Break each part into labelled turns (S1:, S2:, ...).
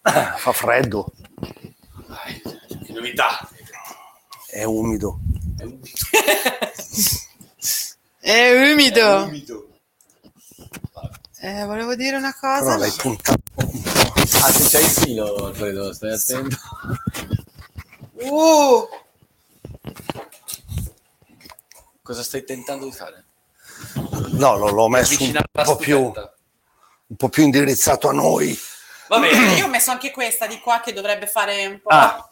S1: Fa freddo,
S2: Dai, Che novità.
S1: è umido.
S2: È un-
S3: È
S2: è
S3: umido.
S2: umido.
S3: Eh, volevo dire una
S1: Però
S3: cosa.
S1: l'hai puntato.
S4: Ah, se c'hai il filo, credo, stai attento.
S3: Uh,
S4: Cosa stai tentando di fare?
S1: No, lo- l'ho messo un
S4: Avvicinare la
S1: po' più,
S4: stufetta.
S1: un po' più indirizzato a noi.
S2: Va bene.
S3: io ho messo anche questa di qua che dovrebbe fare un po'.
S4: Ah,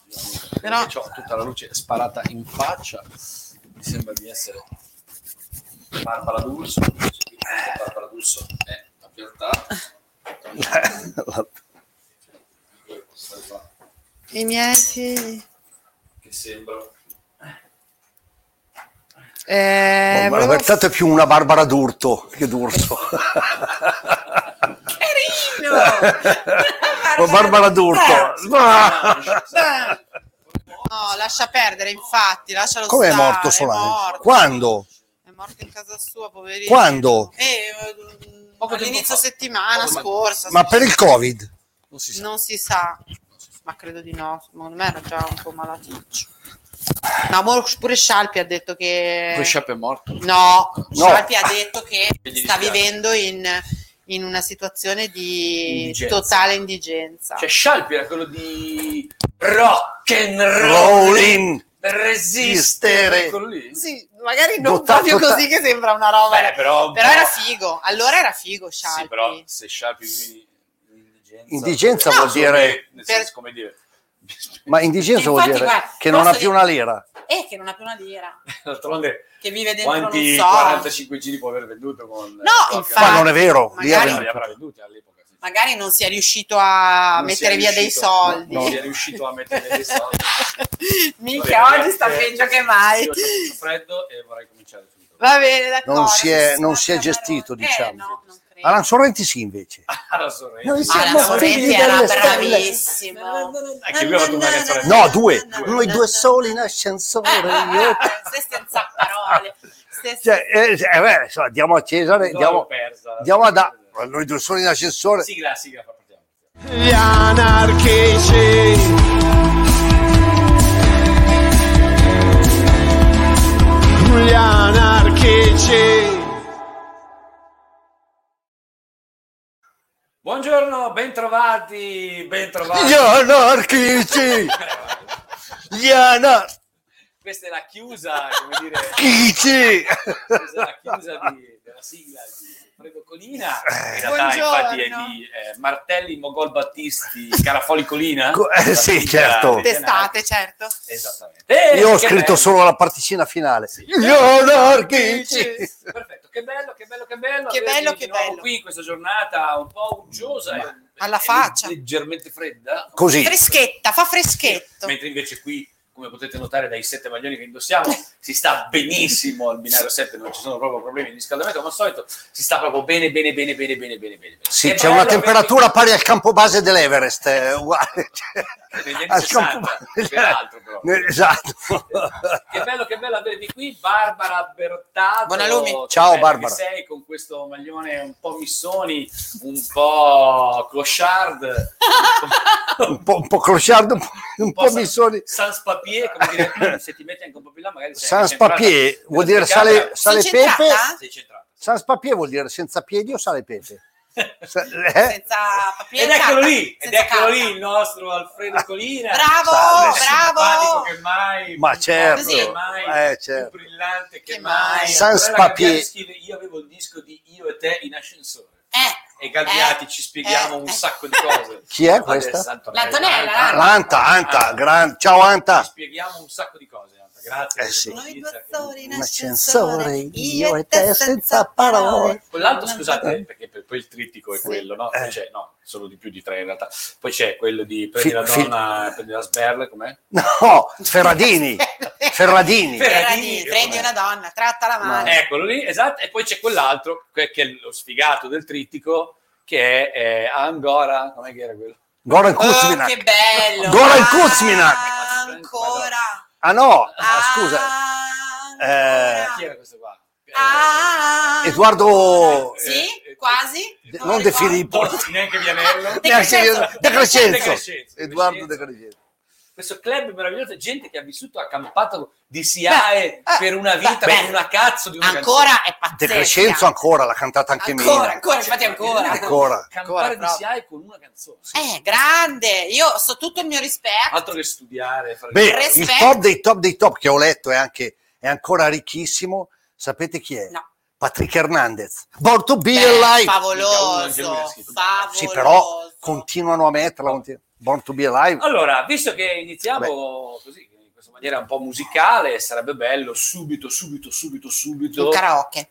S3: Però-
S4: ho tutta la luce sparata in faccia. Mi sembra di essere Barbara D'Urso. Barbara D'Urso è la piantà.
S3: I miei figli.
S4: Che sembra.
S3: Eh,
S1: Oh, Ma
S3: volevo-
S1: Robertata è più una Barbara d'urto che d'urso.
S3: Carino!
S1: Una Oh, Barbara d'urto. Ma-
S3: Eh, No, lascia perdere, infatti, lascialo
S1: Come è
S3: stare,
S1: morto Solani?
S3: morto.
S1: Quando?
S3: È morto in casa sua, poverino.
S1: Quando? Oh,
S3: Eh, mm,
S4: Poco tempo
S3: all'inizio
S4: fa.
S3: settimana
S4: Poco tempo
S3: scorsa.
S1: Ma
S3: sì.
S1: per il Covid?
S4: Non si sa.
S3: Non si sa, ma credo di no. Secondo me era già un po' malaticcio. No, mo- pure Scialpi ha detto che...
S4: Poi Sciappe è morto.
S3: No,
S1: No.
S3: Scialpi ha detto che
S4: Che gli
S3: sta
S4: dispiace.
S3: vivendo in, in una situazione di
S4: Indigenza.
S3: totale indigenza.
S4: Cioè, Scialpi era quello di rock and roll.
S1: Rolling!
S4: Per resistere.
S1: Resistere.
S4: Quello lì.
S3: Sì, magari non
S1: Dotato-
S3: proprio
S1: dotato-
S3: così che sembra una roba.
S4: Beh, però,
S3: Però era figo, allora era figo Scialpi.
S4: Sì, però se Scialpi vive in indigenza,
S1: Indigenza
S4: nel
S1: vuol
S4: senso
S1: dire-
S4: che- nel senso, come dire,
S1: Ma indigenza vuol
S3: Infatti,
S1: dire
S3: guarda,
S1: che non ha
S3: posso
S1: più
S3: dire-
S1: una lira.
S3: Eh, che non ha più una lira,
S4: d'altronde
S3: che vive dentro
S4: quanti
S3: non so.
S4: 45 giri può aver venduto con
S3: No, infatti.
S1: Ma non è vero. lì
S3: Magari-
S4: non li
S1: era-
S4: avrà venduti all'epoca. sì.
S3: Magari non si è riuscito a
S4: Non
S3: mettere
S4: si è
S3: via
S4: riuscito-
S3: dei soldi.
S4: Non si è riuscito a mettere dei soldi.
S3: Mica
S4: Vabbè, eh,
S3: oggi sta
S4: grazie.
S3: peggio che mai.
S4: Io ho freddo e vorrei cominciare subito.
S3: Va bene, d'accordo.
S1: Non si è- non
S3: Sì,
S1: si è
S3: ma-
S1: gestito,
S3: eh,
S1: diciamo.
S3: no, non credo.
S1: Alan Sorrenti sì invece.
S4: Alla sorretta.
S1: Noi
S3: Alan
S1: siamo
S3: Sorrenti
S1: figli
S3: era
S1: delle stelle.
S3: bravissimo.
S4: Anche lui ha fatto una canzone.
S1: No, due.
S3: Due.
S1: Noi due soli in ascensore.
S3: Ah,
S1: Io...
S3: Se senza parole. Se-
S1: Cioè, eh, eh, beh, insomma, diamo a Cesare,
S4: No,
S1: diamo,
S4: l'ho persa.
S1: diamo a da... Noi due soli in ascensore.
S4: Sigla, sigla, fa partiamo.
S5: gli anarchici. Gli anarchici.
S4: Buongiorno, bentrovati, bentrovati.
S1: Gli anarchici! Gli anarchici!
S4: Questa è la chiusa, come dire, questa è la chiusa di- della sigla di Fredo Colina.
S1: Eh,
S4: In realtà,
S3: Buongiorno.
S4: infatti, è di eh, Martelli, Mogol Battisti, Carafoli Colina.
S1: Co- eh,
S4: La
S1: sì,
S4: sigla
S1: certo.
S4: dei
S3: Testate, certo.
S4: canali. Esattamente. Eh,
S1: Io ho
S4: che
S1: scritto
S4: bello.
S1: solo la particina finale. Gli anarchici!
S4: Perfetto, che bello, che bello, che bello.
S3: Che
S4: avervi
S3: bello,
S4: di
S3: che
S4: nuovo
S3: bello.
S4: qui in questa giornata un po' uggiosa. e-
S3: Alla
S4: e
S3: faccia.
S4: Leggermente fredda.
S1: Così.
S3: Freschetta, fa freschetto.
S4: Mentre invece qui, come potete notare dai sette maglioni che indossiamo, si sta benissimo al binario 7, non ci sono proprio problemi di riscaldamento, come al solito si sta proprio bene, bene, bene, bene, bene, bene, bene.
S1: Sì,
S4: E
S1: c'è
S4: bello
S1: una
S4: perché-
S1: temperatura pari al campo base dell'Everest, è uguale. cioè,
S4: Negli anni
S1: Al
S4: 60, peraltro, però.
S1: Esatto.
S4: Che bello, che bello avervi qui, Barbara Bertato.
S3: Buonalumi.
S4: che
S1: Ciao,
S4: bella
S1: Barbara.
S4: Che sei con questo maglione un po' Missoni, un po' Clochard,
S1: Un po', un po' crociardo, un po', un po' mi sono...
S4: Sans Papier, come dire, se ti metti anche un po' più là magari sei
S1: Sans
S4: centrata.
S1: papier vuol
S4: Nella
S1: dire
S4: tua camera
S1: sale, sale
S3: Sono centrata?
S1: pepe.
S4: Sei centrata.
S1: Sans papier vuol dire senza piedi o sale pepe. Sa- eh?
S3: Senza papiere.
S4: Ed
S3: e
S4: eccolo
S3: carta.
S4: lì, ed
S3: Senza
S4: eccolo
S3: carta.
S4: lì il nostro Alfredo Colina.
S3: Bravo,
S4: Salve,
S3: bravo.
S4: simpatico Che mai,
S1: Ma
S4: più
S1: certo,
S4: forte che mai,
S1: eh, certo.
S4: più brillante che,
S3: Che
S4: mai.
S3: mai.
S1: Sans
S4: Allora Gabbiati
S1: Papier.
S4: scrive, io avevo il disco di Io e te in ascensore.
S3: Eh,
S4: E Gabbiati
S3: Eh,
S4: ci spieghiamo
S3: eh,
S4: un
S3: eh.
S4: sacco di cose.
S1: Chi è
S4: Adesso,
S1: questa?
S4: Antonella.
S3: L'Antonella,
S4: Anta.
S3: l'Anta.
S1: L'Anta, Anta,
S3: Ah.
S4: Anta.
S1: gran- ciao
S4: Ci
S1: Anta.
S4: spieghiamo un sacco di cose, Anta. Grazie.
S1: Eh,
S4: per
S1: sì.
S4: questa
S3: noi
S4: notizia
S3: due
S4: che-
S3: soli in
S1: Un
S3: ascensore,
S1: ascensore, io e te senza parole.
S4: Quell'altro, scusate, perché per- poi il trittico è
S3: Sì.
S4: quello, no?
S1: Eh.
S4: Cioè, no, sono di più di tre in realtà. Poi c'è quello di prendi
S1: Fi-
S4: la
S1: fi-
S4: donna, prendi la sberla, com'è?
S1: No, Ferradini. Ferradini.
S3: Ferradini,
S4: Ferradini,
S3: prendi
S4: com'è?
S3: una donna, trattala male.
S1: ecco,
S4: Eccolo lì, esatto. E poi c'è quell'altro, que- che è lo sfigato del trittico, che è eh, Angora, com'è che era quello?
S1: Goran
S3: Oh,
S1: Kuzminak.
S3: che bello!
S1: Goran
S3: Ah,
S1: Kuzminak.
S3: Ancora!
S1: Ah no,
S3: Ah,
S1: ah, scusa.
S3: ancora.
S4: Eh, Chi era questo qua? Eh,
S3: Ah.
S1: Edoardo
S3: Sì?
S4: eh,
S3: Quasi?
S1: De- non De Filippo.
S4: Totti, neanche Vianello.
S3: De
S1: Neanche io-
S3: Crescenzo.
S1: De
S4: De
S1: Crescenzo.
S4: Crescenzo,
S1: Edoardo
S4: De
S1: De Crescenzo.
S4: Questo club meraviglioso, gente che ha vissuto, ha campato di SIAE
S3: Beh, eh,
S4: per una vita,
S3: beh,
S4: per una cazzo di una
S3: Ancora è pazzesca.
S1: De Crescenzo ancora, l'ha cantata anche
S3: Ancora,
S1: Mina.
S3: ancora, infatti ancora.
S4: Ancora.
S1: Ancora.
S4: canzone.
S3: Ancora,
S4: Campare di
S3: bravo.
S4: SIAE con una canzone.
S3: Eh, grande. Io so tutto il mio rispetto.
S4: Altro che studiare. Fare...
S1: Beh,
S3: Respect.
S1: il top dei top dei top che ho letto è anche è ancora ricchissimo. Sapete chi è?
S3: No.
S1: Patrick Hernandez. Born to be
S3: Beh,
S1: alive.
S4: Anche lui
S3: Favoloso.
S4: ha scritto.
S3: Favoloso.
S1: Sì, però continuano a metterla. continu- Born to be alive.
S4: Allora, visto che iniziamo così, in questa maniera un po' musicale, sarebbe bello subito, subito, subito,
S3: Un
S4: subito.
S3: karaoke.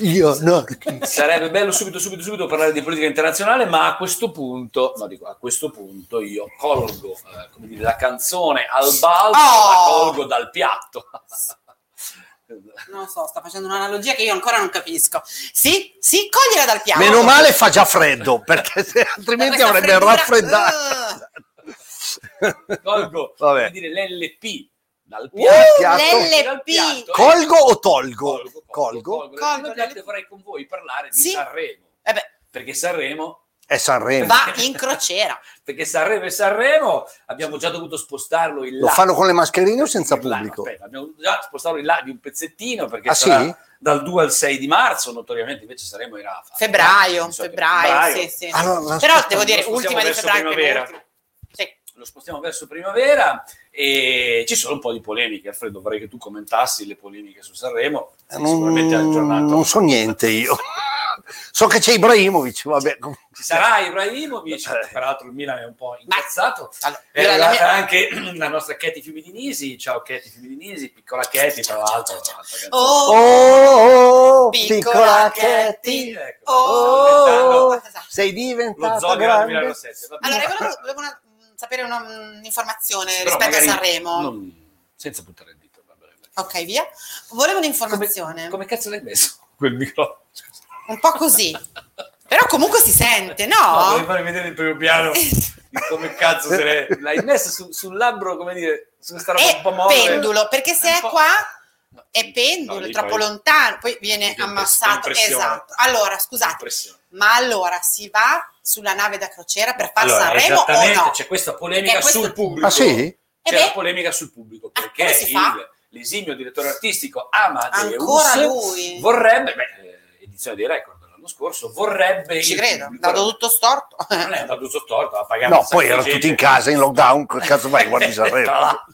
S1: Io no.
S4: Sarebbe bello subito, subito, subito parlare di politica internazionale, ma a questo punto, no, dico, a questo punto io colgo eh, come dire, la canzone al balzo,
S3: Oh!
S4: la colgo dal piatto.
S3: Non so, sta facendo un'analogia che io ancora non capisco. Sì, sì, cogliela dal piano.
S1: Meno male fa già freddo, perché se- altrimenti
S3: questa
S1: avrebbe
S3: freddura.
S1: raffreddato.
S4: uh. colgo
S1: Vabbè.
S4: come dire, l'LP dal
S1: Uh,
S4: piatto.
S1: piatto.
S4: Dal piatto. eh.
S1: Colgo o tolgo?
S4: Colgo,
S1: Colgo.
S3: Colgo,
S4: Dal
S3: l'LP.
S4: piatto e vorrei con voi parlare di
S3: Sì.
S4: Sanremo,
S3: Eh beh,
S4: perché Sanremo
S1: È Sanremo.
S3: va in crociera.
S4: perché Sanremo e Sanremo abbiamo già dovuto spostarlo in là.
S1: Lo fanno con le mascherine o senza
S4: In là, no,
S1: pubblico?
S4: aspetta, abbiamo dovuto già spostarlo in là di un pezzettino perché
S1: Ah,
S4: sarà
S1: sì?
S4: dal 2 al 6 di marzo, notoriamente invece saremo in Rafa.
S3: Febbraio, febbraio, sì, sì.
S1: Allora, la-
S3: Però devo dire,
S4: Spostiamo
S3: ultima di
S4: verso
S3: febbraio. per
S4: primavera.
S3: l'ultimo. Sì.
S4: Lo spostiamo verso primavera e ci sono un po' di polemiche. Alfredo, vorrei che tu commentassi le polemiche su Sanremo. Sei sicuramente
S1: non,
S4: aggiornato.
S1: non so niente io. So che c'è Ibrahimovic, vabbè.
S4: Ci sarà Ibrahimovic,
S1: Eh.
S4: peraltro il Milan è un po'
S3: Ma-
S4: incazzato.
S3: Allora, eh,
S4: È
S3: la- la
S4: arrivata
S3: mia-
S4: anche la nostra Katy Fiumidinisi. Ciao Katy Fiumidinisi, piccola Katy, tra l'altro. un'altra canzone.
S1: Oh,
S3: Oh,
S1: oh, oh,
S3: piccola
S1: piccola
S3: Katy.
S1: Katy,
S4: Ecco,
S3: Oh.
S1: oh, sei
S4: Lo
S1: diventata
S4: Zoglio del
S1: grande.
S4: 2007. vabbè.
S3: Allora, io volevo, volevo una- mh, sapere una- un'informazione
S4: Però
S3: rispetto a
S4: magari
S3: Sanremo.
S4: non- senza buttare il dito, va bene.
S3: Ok, via. Volevo
S4: Come,
S3: un'informazione.
S4: come cazzo l'hai messo quel microfono? Scusa.
S3: Un po' così. Però comunque si sente,
S4: No,
S3: no? Eh.
S4: devi farmi vedere il primo piano di come cazzo se l'è- l'hai messo su- sul labbro, come dire, su questa roba
S3: è
S4: un po' molle.
S3: pendulo, perché se
S4: Un
S3: è
S4: po'-
S3: qua
S4: No,
S3: è pendulo,
S4: no,
S3: è
S4: lì
S3: troppo
S4: poi-
S3: lontano, Ah, poi viene
S4: Quindi è
S3: ammassato.
S4: impressione.
S3: Esatto. Allora, scusate,
S4: Impressione.
S3: ma allora si va sulla nave da crociera per fare
S4: Allora,
S3: Sanremo o
S4: esattamente,
S3: no?
S4: c'è questa polemica
S3: Perché questo-
S4: sul pubblico.
S1: Ah sì?
S3: Eh
S4: C'è
S3: beh.
S4: la polemica sul pubblico,
S3: Ah,
S4: perché
S3: come si fa?
S4: il- l'esimio direttore artistico Amadeus
S3: Ancora lui?
S4: vorrebbe, beh, eh, edizione dei record dell'anno scorso, vorrebbe...
S3: Ci
S4: il
S3: credo,
S4: pubblico-
S3: dato tutto storto.
S4: non è andato tutto storto, ha pagato un
S1: No,
S4: sacco
S1: poi
S4: di
S1: erano
S4: gente.
S1: tutti in casa in lockdown, che cazzo vai, guardi Sanremo.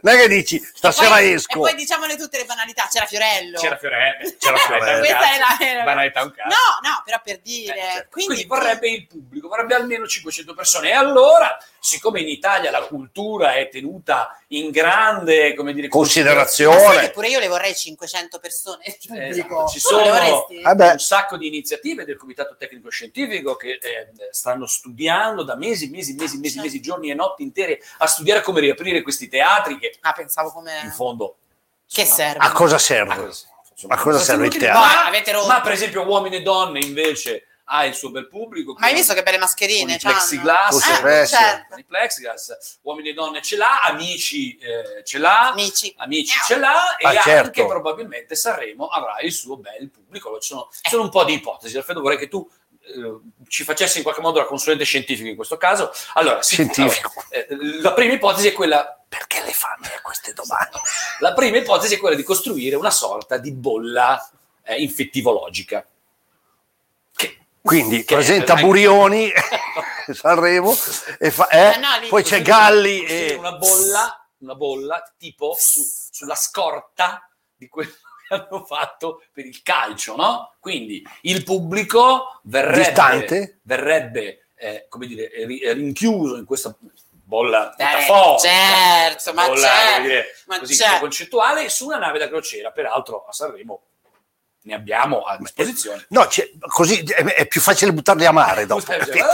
S1: Non è che dici stasera
S3: Poi- E
S1: esco.
S3: poi diciamole tutte le banalità, c'era Fiorello.
S4: C'era Fiorello, c'era Fiorello.
S3: Questa è la-
S4: cazzo. Banalità un cazzo.
S3: No, no, però per
S4: Eh,
S3: dire.
S4: certo.
S3: Quindi,
S4: Quindi, vorrebbe il pubblico, vorrebbe almeno 500 persone. E allora, siccome in Italia la cultura è tenuta in grande come dire,
S1: Considerazione.
S3: Ma sai
S1: Ore.
S3: che pure io le vorrei 500 persone.
S4: Eh,
S3: Dico,
S4: ci
S3: tu non le
S4: sono-
S3: vorresti?
S1: Eh beh,
S4: un sacco di iniziative del Comitato Tecnico Scientifico che eh, stanno studiando da mesi, mesi, mesi, mesi,
S3: Certo.
S4: mesi, giorni e notti intere a studiare come riaprire questi teatri che
S3: Ah, pensavo
S4: in
S3: come.
S4: fondo
S3: Che
S4: insomma,
S3: serve?
S1: a cosa
S4: a
S1: serve?
S4: cosa serve?
S1: A cosa serve il
S4: Inutile.
S1: teatro?
S4: Ma,
S3: Ma avete rotto.
S4: ma, per esempio uomini e donne invece ha il suo bel pubblico.
S3: Ma hai
S4: con-
S3: visto che belle
S4: con
S3: mascherine?
S4: i
S3: c'hanno?
S4: plexiglass,
S1: Così,
S3: Eh,
S1: eh, sì.
S3: certo.
S4: con i plexiglass, uomini e donne ce l'ha, amici eh, ce l'ha,
S3: Amici.
S4: Amici ce l'ha e
S1: Ah, certo.
S4: anche probabilmente Sanremo avrà il suo bel pubblico. Ci sono, ci sono un po' di ipotesi. Alfredo, vorrei che tu eh, ci facessi in qualche modo la consulente scientifica in questo caso. Allora, sì,
S1: Scientifico.
S4: allora, eh, la prima ipotesi è quella.
S1: Perché le fanno queste domande?
S4: La prima ipotesi è quella di costruire una sorta di bolla eh, infettivologica. Che,
S1: Quindi
S4: Che-
S1: presenta
S4: anche-
S1: Burioni Sanremo e fa- eh,
S3: Eh no, lì-
S1: poi c'è
S4: costruire-
S1: Galli
S4: costruire
S1: e
S4: una bolla, una bolla tipo su- sulla scorta di quello che hanno fatto per il calcio, no? Quindi il pubblico verrebbe,
S1: Distante?
S4: verrebbe eh, come dire, ri- rinchiuso in questa bolla
S3: Eh,
S4: metaforica,
S3: certo, ma
S4: bolla,
S3: c'è,
S4: come dire,
S3: ma
S4: così,
S3: c'è.
S4: concettuale su una nave da crociera, peraltro a Sanremo ne abbiamo a disposizione.
S1: No, c'è- così è, è più facile buttarli a mare dopo.
S4: Questa è-
S1: capito?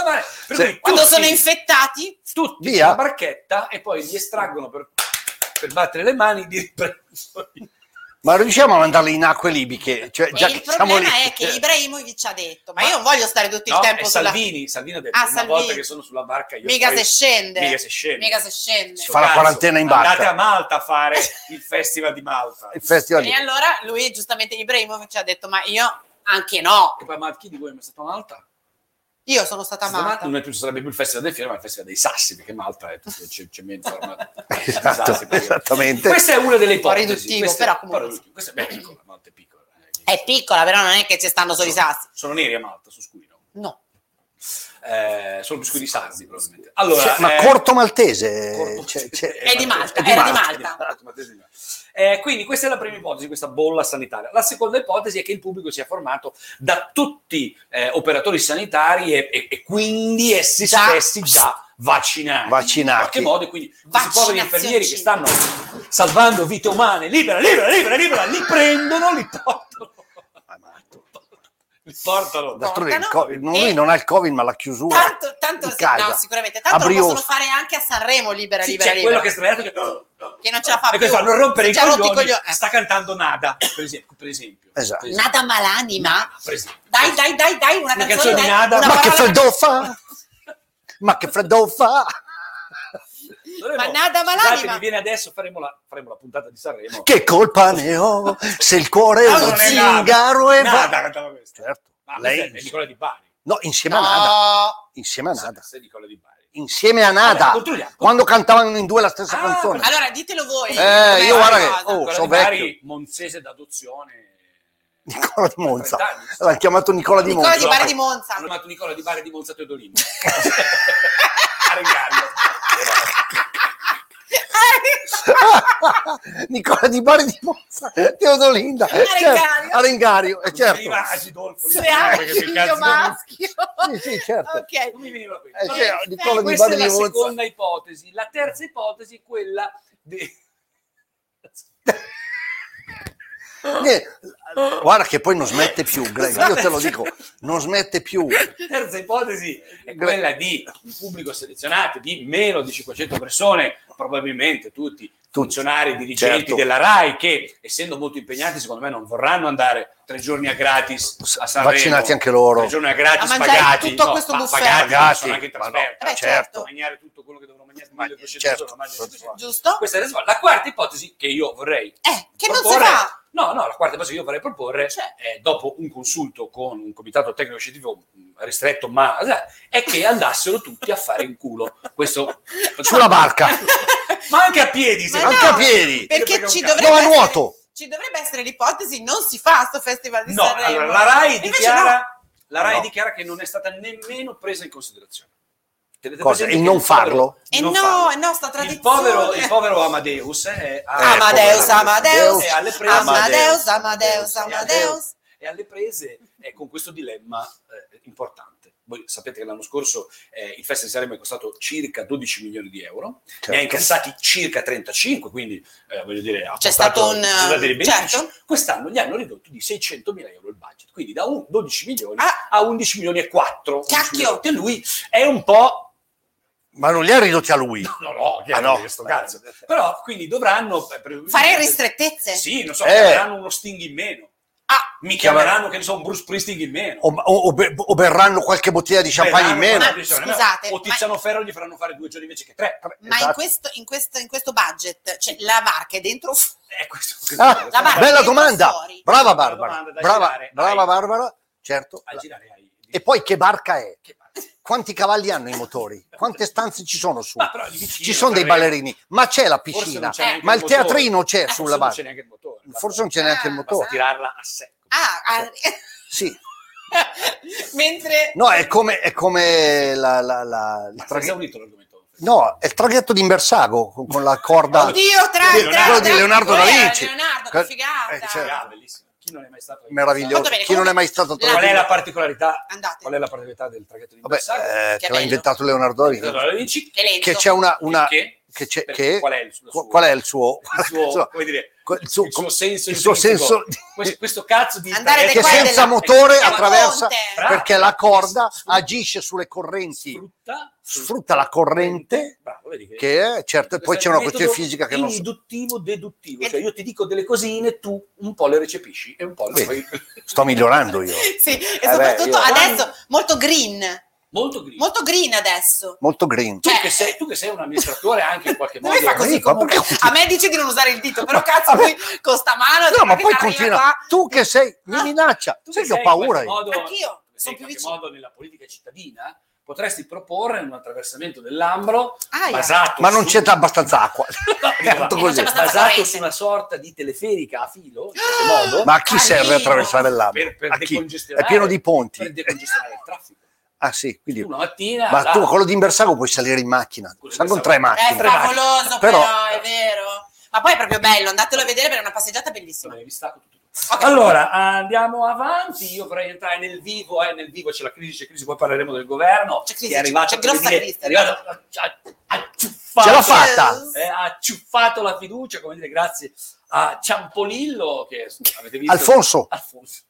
S4: Per
S1: Sì.
S4: cui
S3: Quando sono
S4: tutti- Eh,
S3: infettati,
S4: tutti
S1: Via.
S4: sulla barchetta e poi li estraggono per, per battere le mani di ripreso
S1: Ma riusciamo a mandarli in acque libiche? Cioè, già
S3: il
S1: che siamo lì.
S3: problema è che Ibrahimovic ha detto, ma
S4: Ma-
S3: io non voglio stare tutto il
S4: No,
S3: tempo
S4: è
S3: sulla...
S4: Salvini, Salvini ha detto
S3: Ah,
S4: una
S3: Salvini.
S4: volta che sono sulla barca io
S3: Mica
S4: poi-
S3: se scende.
S4: mica se scende.
S3: Mica se scende.
S1: Fa la
S4: Cazzo,
S1: quarantena in barca.
S4: Andate a Malta a fare il festival di Malta.
S1: Il festival lì.
S3: E allora lui, giustamente, Ibrahimovic ha detto, ma io anche no,
S4: Che poi, ma chi di voi è mai stato a Malta?
S3: io sono stata
S4: Stato a Malta
S3: amata.
S4: Non è più, sarebbe più il festival del fiore, ma il festival dei sassi, perché Malta è tutto c'è, c'è mezzo ormai.
S1: Esatto,
S4: Sassi, perché-
S1: esattamente.
S4: Questa è una delle
S3: po'
S4: ipotesi.
S3: riduttivo,
S4: questa,
S3: però comunque-
S4: un po' riduttivo. Questa è beh, piccola, Malta è piccola. eh.
S3: È piccola, però non è che ci stanno solo i
S4: Sono-
S3: sassi.
S4: Sono neri a Malta, sono scuri, no?
S3: No.
S4: Eh, sono più scuri sardi, probabilmente. Allora,
S1: Cioè, ma
S4: eh,
S1: Corto Maltese.
S4: Corpo-
S1: cioè, cioè-
S3: È di Malta,
S4: è
S3: era di
S4: Malta,
S3: Malta.
S4: è di Malta, è di Malta. Eh, quindi questa è la prima ipotesi, questa bolla sanitaria. La seconda ipotesi è che il pubblico sia formato da tutti eh, operatori sanitari e, e- e quindi essi
S3: Già.
S4: stessi già vaccinati.
S1: Vaccinati.
S4: In qualche modo, e quindi questi poveri
S3: Vaccinazioni.
S4: infermieri che stanno salvando vite umane, libera, libera, libera, libera, li prendono, li portano. Li portano.
S1: D'altronde il
S3: portano
S1: Covid- non-
S3: e-
S1: lui non ha il Covid, ma la chiusura.
S3: Tanto, tanto
S1: in
S3: se-
S1: casa.
S3: no, sicuramente, tanto
S1: A
S3: lo possono
S1: Brioche.
S3: fare anche a Sanremo libera,
S4: Sì,
S3: libera,
S4: c'è quello
S3: libera.
S4: che è sdraiato che,
S3: Che non ce la fa
S4: e
S3: più.
S4: poi fanno rompere i
S3: Ci ha rotti i
S4: coglioni,
S3: coglioni. Eh.
S4: sta cantando Nada per esempio, per esempio.
S1: Esatto.
S4: Per esempio. Ah,
S3: Nada malanima.
S4: Per esempio.
S3: Dai, dai, dai, dai, una,
S4: Una
S3: canzone,
S4: canzone
S3: dai,
S4: di Nada.
S3: una
S1: Ma che
S3: parola-
S1: freddo fa? Ma che freddo fa?
S4: Dovremmo-
S3: Ma Nada Malani,
S4: Scusate,
S3: ma-
S4: mi viene adesso faremo la, faremo la puntata di Sanremo.
S1: Che colpa ne ho se il cuore è
S4: Ah,
S1: uno
S4: non è Nada.
S1: zingaro e
S4: Nada
S1: va...
S4: cantava questa.
S1: Certo,
S4: Ma questa
S1: lei...
S4: è Nicola Di Bari.
S1: No, insieme a Nada.
S3: No.
S1: Insieme a Nada.
S4: Questa è Nicola Di Bari.
S1: Insieme a Nada.
S4: Vabbè, controlliamo.
S1: Quando cantavano in due la stessa
S4: Ah,
S1: canzone.
S3: Allora, ditelo voi.
S1: Eh,
S3: com'è
S1: io
S3: la
S1: guarda che-
S3: cosa.
S1: oh.
S4: Nicola
S1: sono
S4: Di Bari,
S1: vecchio.
S4: monzese d'adozione.
S1: Nicola di Monza.
S4: 30 anni.
S1: L'hanno chiamato Nicola di
S3: Nicola
S1: Monza.
S3: di Bari di Monza.
S4: Hanno chiamato Nicola Di Bari di Monza Teodolino. a Rengaglio.
S1: Nicola di Bari di Monza. Teodolinda.
S3: Arengario.
S1: certo, Arengario, eh, certo.
S4: Veniva Asidolfo.
S3: Se anche
S4: Perché cazzo
S3: il mio
S4: non-
S3: maschio.
S1: Sì, sì, certo.
S3: Ok.
S4: Non mi veniva questo.
S1: Eh,
S4: Vabbè,
S1: cioè, Nicola di
S4: questa
S1: Bari
S4: è la
S1: di Monza.
S4: seconda ipotesi. La terza ipotesi è quella di...
S1: Eh, Guarda che poi non smette più, Greg, io te lo dico, non smette più.
S4: terza ipotesi è quella di un pubblico selezionato di meno di 500 persone, probabilmente tutti funzionari, dirigenti
S1: certo.
S4: della RAI che essendo molto impegnati secondo me non vorranno andare tre giorni a gratis a Sanremo.
S1: Vaccinati anche loro.
S4: Tre giorni a gratis
S3: A mangiare
S4: pagati.
S3: tutto questo buffet.
S4: Pagati,
S1: Pagati,
S4: non sono anche in
S1: ma no,
S4: trasferta.
S3: eh, certo.
S4: Mangiare tutto quello che devono mangiare.
S1: Ma-
S4: 1200
S1: certo.
S4: euro, mangiare tutto.
S3: Giusto?
S4: Questa è la risposta. la quarta ipotesi che io vorrei
S3: Eh, che non si
S4: proporre-
S3: fa.
S4: No, no, la quarta cosa che io vorrei proporre,
S3: Cioè?
S4: eh, dopo un consulto con un comitato tecnico-scientifico mh, ristretto, ma cioè, è che andassero tutti a fare in culo. Questo,
S1: Sulla barca,
S4: ma anche a piedi, se
S3: Ma
S4: vuoi.
S1: anche
S3: no,
S1: a piedi.
S3: Perché
S4: Perché
S3: ci
S4: non
S1: No,
S3: dovrebbe
S1: a
S3: essere...
S1: nuoto.
S3: Ci dovrebbe essere l'ipotesi non si fa sto festival di
S4: No,
S3: Sanremo.
S4: allora la RAI,
S3: Invece
S4: dichiara,
S3: no.
S4: la RAI
S1: No.
S4: dichiara che non è stata nemmeno presa in considerazione. Tenete
S1: Cosa,
S4: presente
S1: il
S4: che
S1: non
S4: il povero-
S1: farlo?
S3: E
S4: il
S3: no,
S4: non farlo.
S3: eh no, sta
S4: il
S3: tradizione.
S4: povero, il povero Amadeus eh, ha-
S1: Ecco,
S3: Amadeus,
S1: povero
S3: Amadeus,
S4: è alle prese-
S3: Amadeus, Amadeus, Amadeus.
S4: e alle prese eh, con questo dilemma eh, importante. Voi sapete che l'anno scorso eh, il Festival di Sanremo è costato circa 12 milioni di euro, ne ha
S1: Certo.
S4: incassati circa 35, quindi eh, voglio dire ha
S3: C'è
S4: portato
S3: stato un,
S4: risultati di beneficio.
S3: certo.
S4: Quest'anno gli hanno ridotto di 600 mila euro il budget, quindi da un- 12 milioni
S3: Ah.
S4: a 11 milioni e 4.
S3: Cacchio!
S4: E lui è un po'
S1: Ma non li ha ridotti a lui.
S4: No, no,
S1: Ah,
S4: chiaro,
S1: no.
S4: questo cazzo. Però quindi dovranno
S3: Fare ristrettezze.
S4: Sì, non so,
S1: Eh.
S4: chiameranno uno Sting in meno.
S3: Ah,
S4: Mi chiameranno, che ne so, un Bruce Springsteen in meno.
S1: O, o- o be- o berranno qualche bottiglia di champagne in
S4: Verranno
S1: meno.
S4: con una decisione, no?
S3: Scusate,
S4: O Tiziano Ferro gli faranno fare due giorni invece che tre. Vabbè,
S3: ma in
S1: Esatto.
S3: questo, in, questo, in questo budget, cioè, la barca è dentro
S4: è questo.
S1: Ah,
S4: questo-
S3: La barca
S1: bella
S3: è
S1: domanda,
S3: fuori.
S1: brava
S4: Bella
S1: Barbara,
S4: domanda da
S1: brava,
S4: girare.
S1: brava
S4: Vai.
S1: Barbara, certo.
S4: Al girare hai...
S1: E poi che barca è?
S4: Che-
S1: Quanti cavalli hanno i motori? Quante stanze ci sono su?
S4: Ma però lì vicino,
S1: Ci sono dei
S4: Sanremo.
S1: ballerini, ma c'è la
S4: Forse
S1: piscina,
S4: non c'è neanche
S1: ma il
S4: motore.
S1: teatrino c'è
S4: Forse
S1: sulla
S4: Non c'è
S1: barca.
S4: neanche il motore.
S1: Forse non c'è neanche il
S3: Ah,
S4: Basta
S1: motore.
S4: tirarla a secco.
S3: Ah, ah,
S1: Sì.
S3: mentre
S1: No, è come, è come la, la- la- il
S4: Ma sei
S1: traghetto.
S4: esaurito l'argomento?
S1: No, è il traghetto di Imbersago con, con la corda.
S3: Oddio, tra
S1: Quello
S3: tra-
S1: quello
S3: tra-
S1: di Leonardo da
S3: quello era
S1: Vinci.
S3: Leonardo,
S1: Que-
S3: che figata.
S1: eh, certo.
S4: Ah, bellissimo. Chi non è mai stato...
S1: Meraviglioso.
S3: Molto bene,
S1: Chi non è mai stato
S3: comunque-
S4: Qual è
S1: traghetto?
S4: la particolarità?
S3: Andate.
S4: Qual è la particolarità del traghetto di
S1: Vabbè,
S4: Bersaglio?
S1: eh,
S3: Che
S1: che l'ha
S3: bello.
S1: inventato Leonardo da Vinci.
S4: Allora dici
S3: Che lento.
S1: Che c'è una, una-
S4: che
S1: che c'è-
S4: Per-
S1: che-
S4: qual è il suo,
S1: qu- qual è il suo,
S4: il suo-
S1: insomma,
S4: come dire,
S1: quel- il suo-
S4: il suo senso
S1: il suo
S4: intrinseco.
S1: senso di-
S4: questo, questo cazzo di
S3: Andare
S1: che
S3: Ed è
S1: senza
S3: della-
S1: motore
S3: della
S1: attraversa
S3: fonte.
S4: Bravo. eh,
S1: perché la corda
S4: Sfrutta-
S1: agisce sulle correnti
S4: sfrutta,
S1: sfrutta la corrente
S4: Bravo, vedi che-
S1: che è certo poi c'è
S4: Questo è
S1: una
S4: il
S1: questione
S4: metodo
S1: fisica che non so.
S4: induttivo deduttivo cioè io ti dico delle cosine tu un po' le recepisci e un po' le
S1: Vedi.
S4: fai-
S1: sto migliorando io Eh,
S3: Sì, e
S1: beh,
S3: soprattutto
S1: io-
S3: adesso molto green,
S4: molto grigio
S3: molto green adesso.
S1: molto green
S4: tu,
S3: cioè-
S4: che sei, tu che sei un amministratore anche in qualche
S3: Dove
S4: modo
S3: fa così
S1: eh, ma
S3: comunque?
S1: perché-
S3: A me dice di non usare il dito, però
S1: Ma-
S3: cazzo
S1: vabbè.
S3: lui con sta mano
S1: no ma
S3: cioè, che
S1: poi
S3: arriva
S1: continua
S3: qua.
S1: tu che sei mi minaccia
S4: Ah, tu
S1: sai
S4: che
S1: che ho
S4: sei in qualche
S1: paura io
S4: modo-
S3: Anch'io,
S4: che sei
S3: sono
S4: in
S3: più
S4: qualche
S3: vicino.
S4: modo nella politica cittadina potresti proporre un attraversamento dell'ambro
S3: Aia.
S4: basato
S1: ma non
S4: su-
S1: c'è abbastanza acqua
S4: No,
S1: Tutto
S4: no,
S1: così.
S4: basato su una sorta di teleferica a filo in qualche modo
S1: ma a chi serve
S3: Carino.
S1: attraversare l'ambra?
S4: per, per
S1: A chi?
S4: decongestionare
S1: È pieno di ponti.
S4: per decongestionare il traffico
S1: Ah sì, quindi...
S4: tu una mattina
S1: Ma
S4: là-
S1: tu quello di Imbersago puoi salire in macchina,
S4: Quello di
S1: salgono
S4: Imbersago.
S1: tre
S3: È
S1: macchine.
S4: Tre macchine.
S3: favoloso, però,
S1: Però-
S3: è vero. Ma poi è proprio bello, andatelo a vedere perché è una passeggiata bellissima.
S4: Insomma, vi stacco tutto.
S3: Ok.
S4: Allora, andiamo avanti. Io vorrei entrare nel vivo, eh, nel vivo c'è la crisi, c'è crisi, poi parleremo del governo.
S3: C'è crisi,
S4: che è arrivato,
S3: c'è grossa
S4: come dire,
S3: crisi.
S4: È arrivato, ha, ha ciuffato-
S1: Ce l'ha fatta!
S3: Yes.
S4: eh, ha ciuffato la fiducia, come dire, grazie a Ciampolillo, che avete visto.
S1: Alfonso.
S4: Alfonso.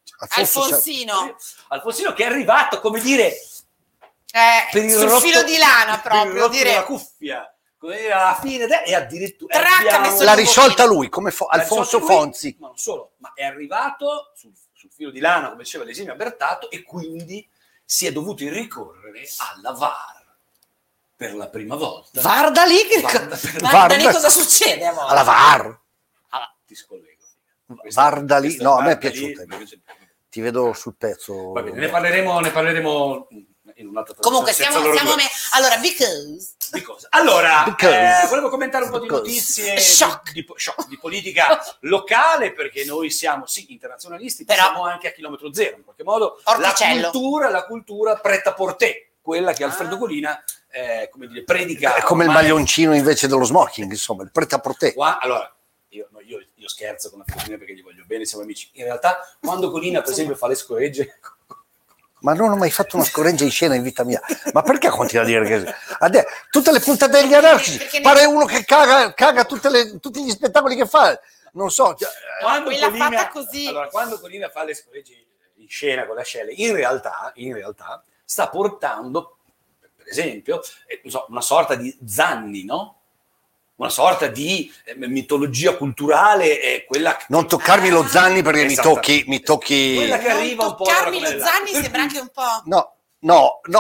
S3: Alfonsino,
S4: Alfonsino che è arrivato, come dire,
S3: eh,
S4: per il
S3: sul
S4: rotto-
S3: filo di lana
S4: per il
S3: proprio,
S4: rotto della
S3: dire
S4: cuffia. Come dire, alla fine, de- e addirittura... e
S3: Tracca,
S4: abbiamo-
S3: messo
S1: L'ha
S3: Sono
S1: risolta
S3: pochino.
S1: lui, come Fo- Alfonso
S4: Alfonso lui,
S1: Fonzi.
S4: Ma non solo, ma è arrivato sul, sul filo di lana, come diceva l'esimio Bertato, e quindi si è dovuti ricorrere alla VAR per la prima volta.
S3: Guarda lì, che...
S4: Guarda-
S3: guarda lì
S1: guarda-
S3: cosa succede a volte.
S1: Alla VAR.
S4: Ah, ti scolego.
S1: Varda lì-
S4: questa
S1: no, a me è
S4: Varda lì-
S1: piaciuta. Ti vedo sul pezzo.
S4: Va bene, ne parleremo, ne parleremo in un'altra
S3: Comunque,
S4: trasmissione,
S3: siamo,
S4: senza loro
S3: siamo
S4: due.
S3: me... Allora, because...
S4: Di cosa? Allora,
S1: Because.
S4: eh, volevo commentare un po' di
S1: Because.
S4: notizie di-
S3: Shock.
S4: Di, po- shock, di politica locale, perché noi siamo sì internazionalisti,
S3: Però-
S4: però siamo anche a chilometro zero, in qualche modo.
S3: Orticello.
S4: La cultura, la cultura pretta por te, quella che Alfredo Colina eh, come dire, predica.
S1: È come il
S4: ormai.
S1: maglioncino invece dello smoking, insomma, il preta a te.
S4: Qua- allora, io, no, io- io scherzo con Alfredo Colina perché gli voglio bene, siamo amici. In realtà, quando Colina, per esempio, fa le scoregge,
S1: Ma non ho mai fatto una scoreggia in scena in vita mia. Ma perché continua a dire che... Adè, tutte le puntate degli
S3: Perché
S1: anarchici,
S3: ne-
S1: pare uno che caga, caga tutte le- tutti gli spettacoli che fa. Non so, cioè,
S4: quando
S3: quella
S4: Colina,
S3: fatta così.
S4: Allora, quando Colina fa le scoreggi in scena con la Shelley, in realtà, in realtà sta portando, per esempio, eh, non so, una sorta di zanni, no? Una sorta di eh, mitologia culturale, eh, quella che,
S1: non toccarmi
S3: Ah,
S1: lo Zanni perché mi
S4: Esatto.
S1: tocchi... Mi tocchi...
S4: quella che
S3: Non
S4: arriva un po'. alla
S3: toccarmi
S4: Rocco
S3: lo
S4: Bellanti.
S3: Zanni sembra anche un po'...
S1: No, no, no.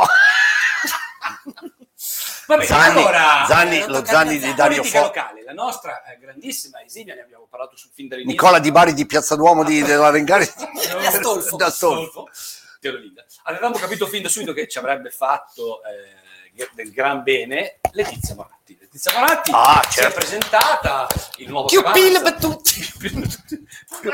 S4: Va bene,
S1: Zanni,
S4: allora,
S1: Zanni,
S3: eh, non
S1: lo
S3: toccare
S1: Zanni
S3: lo
S1: di
S3: Zanni.
S1: Dario
S4: politica
S1: Fo.
S4: locale, la nostra eh, grandissima Esimia, ne abbiamo parlato sul fin dall'inizio.
S1: Nicola Di Bari di Piazza Duomo di, della Rengari.
S3: Di Astolfo.
S1: Di Astolfo.
S4: Teodolinda. Avevamo capito fin da subito che ci avrebbe fatto eh, del gran bene Letizia Moratti. Letizia Moratti
S1: Ah,
S4: si
S1: certo.
S4: è presentata il nuovo
S3: Più pil per
S4: Cavanza.
S3: tutti.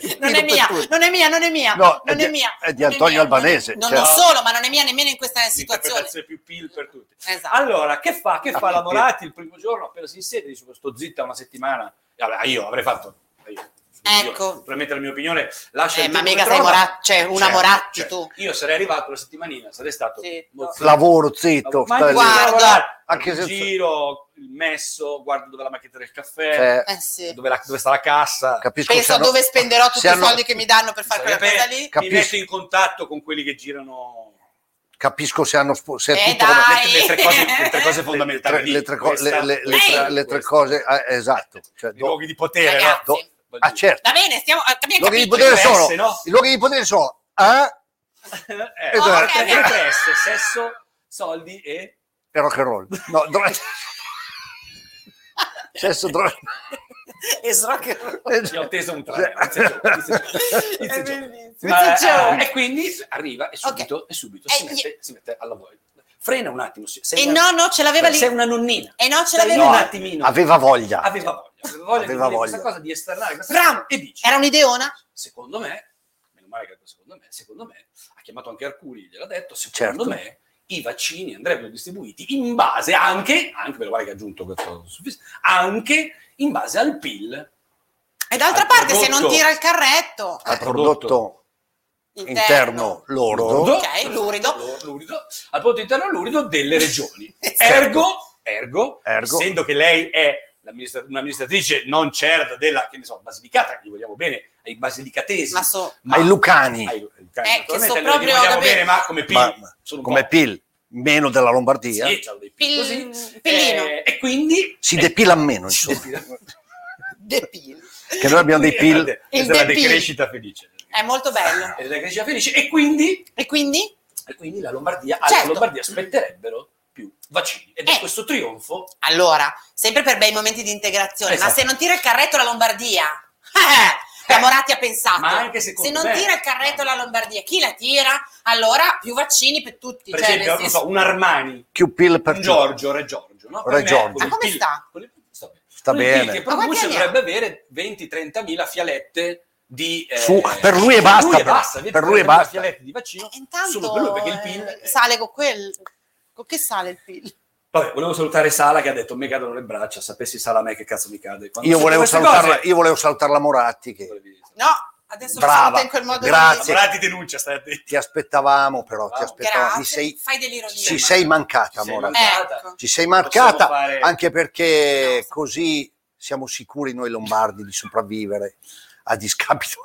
S3: Non
S1: Pino
S3: è mia,
S1: Petrucci.
S3: non è mia, non è mia,
S1: No,
S3: non
S1: è
S3: è,
S1: di-
S3: mia.
S1: è di
S3: non
S1: Antonio
S3: mia,
S1: Albanese,
S3: Non,
S1: cioè-
S3: non solo, ma non è mia nemmeno in questa situazione.
S4: L'interpretazione più pil per tutti.
S3: Esatto.
S4: Allora, che fa? Che
S1: Ah,
S4: fa la
S1: che
S4: Moratti il primo giorno appena si insede? Dice, sto zitta una settimana. E Vabbè, io avrei fatto... Io,
S3: Ecco.
S4: io, Probabilmente la mia opinione lascia
S3: Eh,
S4: il
S3: ma
S4: tempo che
S3: mica sei
S4: trova.
S3: Moratti, cioè, una
S4: Certo,
S3: Moratti
S4: certo.
S3: tu.
S4: Io sarei arrivato la settimanina, sarei stato...
S3: Zitto.
S4: mozzato.
S1: Lavoro, zitto.
S4: Ma
S1: stai lì.
S3: guarda,
S1: Anche
S4: anche
S1: se-
S4: se giro, il messo, guardo dove è la macchietta del caffè,
S1: Cioè,
S3: Eh sì.
S4: dove, la- dove sta la cassa.
S1: capisco
S3: Penso
S1: se
S3: a
S1: hanno-
S3: dove spenderò tutti
S1: se
S3: i
S1: hanno-
S3: soldi che mi danno per fare
S4: Sai,
S3: quella cosa
S4: vabbè,
S3: lì.
S1: Cap-
S4: Mi
S1: Capisco.
S4: metto in contatto con quelli che girano
S1: Capisco se hanno... spo- se è
S3: Eh,
S1: tutto-
S3: dai.
S4: le, le tre cose, le tre cose
S1: le
S4: fondamentali.
S1: tre-
S4: lì.
S1: le tre co-
S4: Questa,
S1: le- le- le
S4: questa,
S1: tre- le tre
S4: questa.
S1: cose, eh, esatto. Cioè,
S4: I
S1: do-
S4: luoghi di potere,
S3: Ragazzi.
S4: no?
S1: do- ah, certo.
S3: Va bene, stiamo eh,
S1: I
S3: abbiamo
S1: luoghi di
S3: capito.
S1: potere sono...
S4: Interesse, no?
S1: I luoghi di potere sono... Eh?
S4: Eh,
S1: Esatto.
S4: allora, tre-
S3: Ok, ok.
S4: tre S, sesso, soldi e...
S1: E rock and roll. No, dro- sesso, dro-
S3: E so che-
S4: Ci ho teso un treno. it's a joke, it's a joke, it's a
S3: È
S4: joke.
S3: bellissimo. cioè,
S4: Ma-
S3: It's a joke.
S4: Eh, e quindi arriva e subito, e subito si,
S3: E-
S4: mette, si mette alla voglia. Frena un attimo. se- sei
S3: Eh, E
S4: una-
S3: no, no, ce l'aveva lì.
S4: Sei una nonnina.
S3: E no, ce
S4: Sei
S3: l'aveva
S4: un
S3: lì.
S4: attimino.
S1: Aveva voglia.
S4: Aveva voglia. Aveva
S1: Aveva
S4: voglia di dire
S1: voglia.
S4: questa cosa, di esternare questa
S3: Bravo.
S4: cosa. E dice,
S3: Era un'ideona?
S4: secondo me, meno male che ha detto secondo me, secondo me, ha chiamato anche Arcuri, gliel'ha detto, secondo
S1: Certo.
S4: me i vaccini andrebbero distribuiti in base anche, anche meno male che ha aggiunto questo suffisso, anche in base al PIL.
S3: E d'altra
S4: Al
S3: parte, se
S4: prodotto.
S3: non tira il carretto
S1: Al
S4: Al
S1: prodotto,
S4: prodotto
S1: interno lordo.
S3: Ok, lurido.
S4: Lurido, al prodotto interno lurido delle regioni.
S3: Esatto.
S4: Ergo, ergo,
S1: Ergo.
S4: essendo che lei è l'amministra- un'amministratrice non certa della, che ne so, Basilicata, gli vogliamo bene, ai basilicatesi,
S3: Ma so,
S1: ai Lucani,
S4: ai-
S3: che
S4: naturalmente,
S3: so
S4: noi
S3: proprio,
S4: gli vogliamo
S3: capito?
S4: bene, ma come PIL,
S1: ma
S4: sono un
S1: come
S4: po'
S1: PIL, meno della Lombardia,
S4: Sì, c'hanno dei PIL
S3: Pil-
S4: così.
S3: pillino.
S4: Eh, e quindi
S1: si depila meno,
S4: si
S1: insomma.
S4: depila.
S3: The Pill.
S1: che noi abbiamo dei PIL.
S4: Guardate, questa è la
S3: Il depil.
S4: decrescita felice.
S3: È molto bello.
S4: È la decrescita felice e quindi,
S3: E quindi?
S4: e quindi la Lombardia, alla
S3: Certo.
S4: Lombardia aspetterebbero più vaccini ed è
S3: Eh.
S4: questo trionfo
S3: Allora, sempre per bei momenti di integrazione, ma
S4: Esatto.
S3: se non tira il carretto la Lombardia, eh, la Moratti ha pensato,
S4: Ma anche secondo
S3: se non
S4: me-
S3: tira il carretto la Lombardia, chi la tira? Allora più vaccini per tutti.
S4: per
S3: cioè,
S4: esempio,
S3: nel
S4: non
S3: senso-
S4: so, un Armani,
S1: più PIL per tutti.
S4: un Giorgio, Re Giorgio, no? Per
S1: Re
S4: me,
S1: Giorgio.
S4: con il
S3: Ma come
S4: PIL-
S3: sta?
S4: con il- sta bene.
S1: Sta
S4: Con il PIL
S1: bene.
S4: Che
S3: Ma quanti
S4: produce
S3: anni ha?
S4: dovrebbe avere 20-30 mila fialette di... eh,
S1: Su- per lui e basta,
S4: Per lui e
S1: però.
S4: basta,
S1: Per lui e
S4: 20-30.000
S1: basta.
S4: fialette di vaccino
S3: E intanto
S4: solo per lui, perché il PIL...
S3: eh,
S4: è-
S3: sale con quel... Con che sale il PIL?
S4: Vabbè, volevo salutare Sala che ha detto mi cadono le braccia, sapessi Sala a me che cazzo mi cade. Quando
S1: Io
S4: sento
S1: volevo,
S4: queste
S1: salutarla,
S4: cose-
S1: io volevo salutarla Moratti, che
S4: Volevi-
S3: No, adesso
S1: Brava,
S3: lo saluta in quel modo lì.
S1: grazie.
S4: Lavorati denuncia, stai attento.
S1: ti aspettavamo, però ti
S4: Bravo.
S1: aspettavamo.
S3: Grazie,
S1: Mi sei-
S3: fai dell'ironia.
S1: ci sei mancata,
S4: Ci sei
S1: Moratti. Eh,
S4: mancata.
S3: Ecco.
S1: Ci sei
S4: Possiamo
S1: marcata
S4: fare-
S1: anche perché
S3: No.
S1: così siamo sicuri noi lombardi di sopravvivere a discapito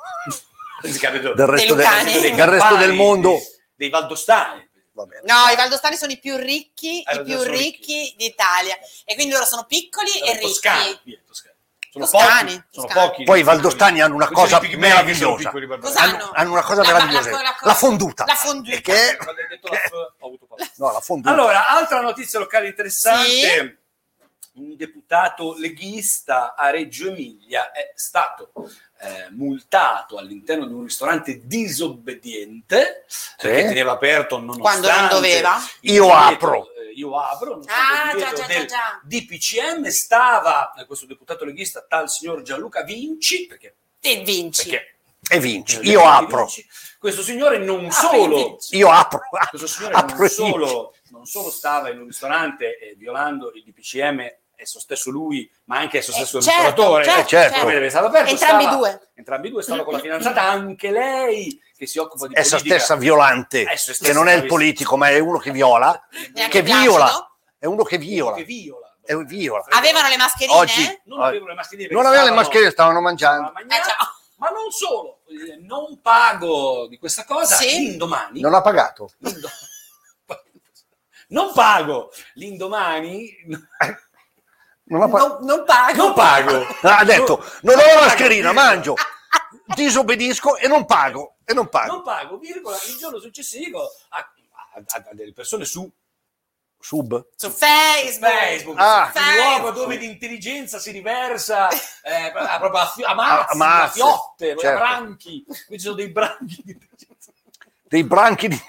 S4: Si capito?
S1: del resto, del,
S3: Lucani.
S1: del resto del
S4: campani,
S1: mondo.
S4: dei- Dei valdostani.
S1: Va bene.
S3: No, i valdostani sono i più ricchi,
S4: Eh,
S3: i più
S4: sono
S3: ricchi, d'Italia. E quindi loro sono piccoli e
S4: Vabbè,
S3: ricchi.
S4: Toscani, via, toscani. Sono
S3: Toscani,
S4: pochi, sono
S3: toscani.
S4: pochi.
S1: Poi i valdostani hanno una
S4: Poi sono
S1: cosa
S4: i pigmei che sono
S1: meravigliosa.
S4: piccoli, guarda.
S3: Cosa
S1: Hanno, hanno Ah, una cosa
S3: La- la-
S1: meravigliosa. La,
S3: la- la-
S1: fonduta.
S3: La fonduta.
S1: Perché-
S4: Quando hai detto la F, ho avuto paura.
S1: No, la fonduta.
S4: Allora, altra notizia locale interessante. Un deputato leghista a Reggio Emilia è stato eh, multato all'interno di un ristorante disobbediente perché teneva aperto nonostante
S3: Quando non doveva.
S4: il
S1: Io
S4: divieto-
S1: apro.
S4: eh, io apro. nonostante il
S3: Ah, già,
S4: divieto
S3: già, già,
S4: del
S3: già.
S4: DPCM stava eh, questo deputato leghista, tal signor Gianluca Vinci, perché,
S3: Te vinci.
S4: perché
S1: E vinci.
S4: eh,
S1: Io apro.
S4: Vinci, questo signore non
S3: Apri e
S4: solo
S3: Ah, vinci.
S1: Io apro. Ah,
S4: questo signore
S1: Apro
S4: non
S1: e vinci.
S4: solo, non solo stava in un ristorante eh, violando il DPCM, esso stesso lui, ma anche esso
S3: Eh,
S4: stesso il
S3: certo,
S4: ristoratore, Ecco,
S3: certo,
S1: Eh, certo.
S4: come deve stare aperto,
S3: Entrambi
S4: stava-
S3: due.
S4: entrambi due stavano con la fidanzata, anche lei che si occupa di
S1: Essa
S4: politica.
S1: stessa violante,
S4: Essa stessa
S1: che non è il
S4: violante.
S1: politico, ma è uno che viola. Che
S3: Neanche
S1: viola.
S3: Placido.
S1: È uno che viola.
S4: Che viola.
S1: È un viola. Ah,
S3: Avevano le mascherine?
S1: Oggi
S4: Non avevano le mascherine.
S1: non
S4: perché
S1: aveva le
S4: stavano-
S1: mascherine, stavano
S4: stavano
S1: mangiando.
S4: a
S3: Eh,
S4: mangiare,
S3: ciao.
S4: Ma non solo, eh, non pago di questa cosa,
S3: Sì.
S4: l'indomani
S1: Non ha pagato.
S4: Lindo- Non pago l'indomani,
S1: Non ha pagato.
S3: non, non pago.
S4: non pago.
S1: Ah, ha detto, non ho
S4: pago, eh,
S1: la mascherina,
S4: virgola.
S1: mangio, disobbedisco e non pago. E non pago.
S4: Non pago, virgola, il giorno successivo a, a- a delle persone su
S1: Sub.
S3: Su Facebook.
S4: Facebook,
S1: Ah.
S4: il luogo dove l'intelligenza si riversa eh, a, proprio a, fi- a mazzi,
S1: A- a Ah, mazzi,
S4: a fiotte,
S1: certo.
S4: a branchi, qui ci sono dei branchi di intelligenza.
S1: Dei branchi di...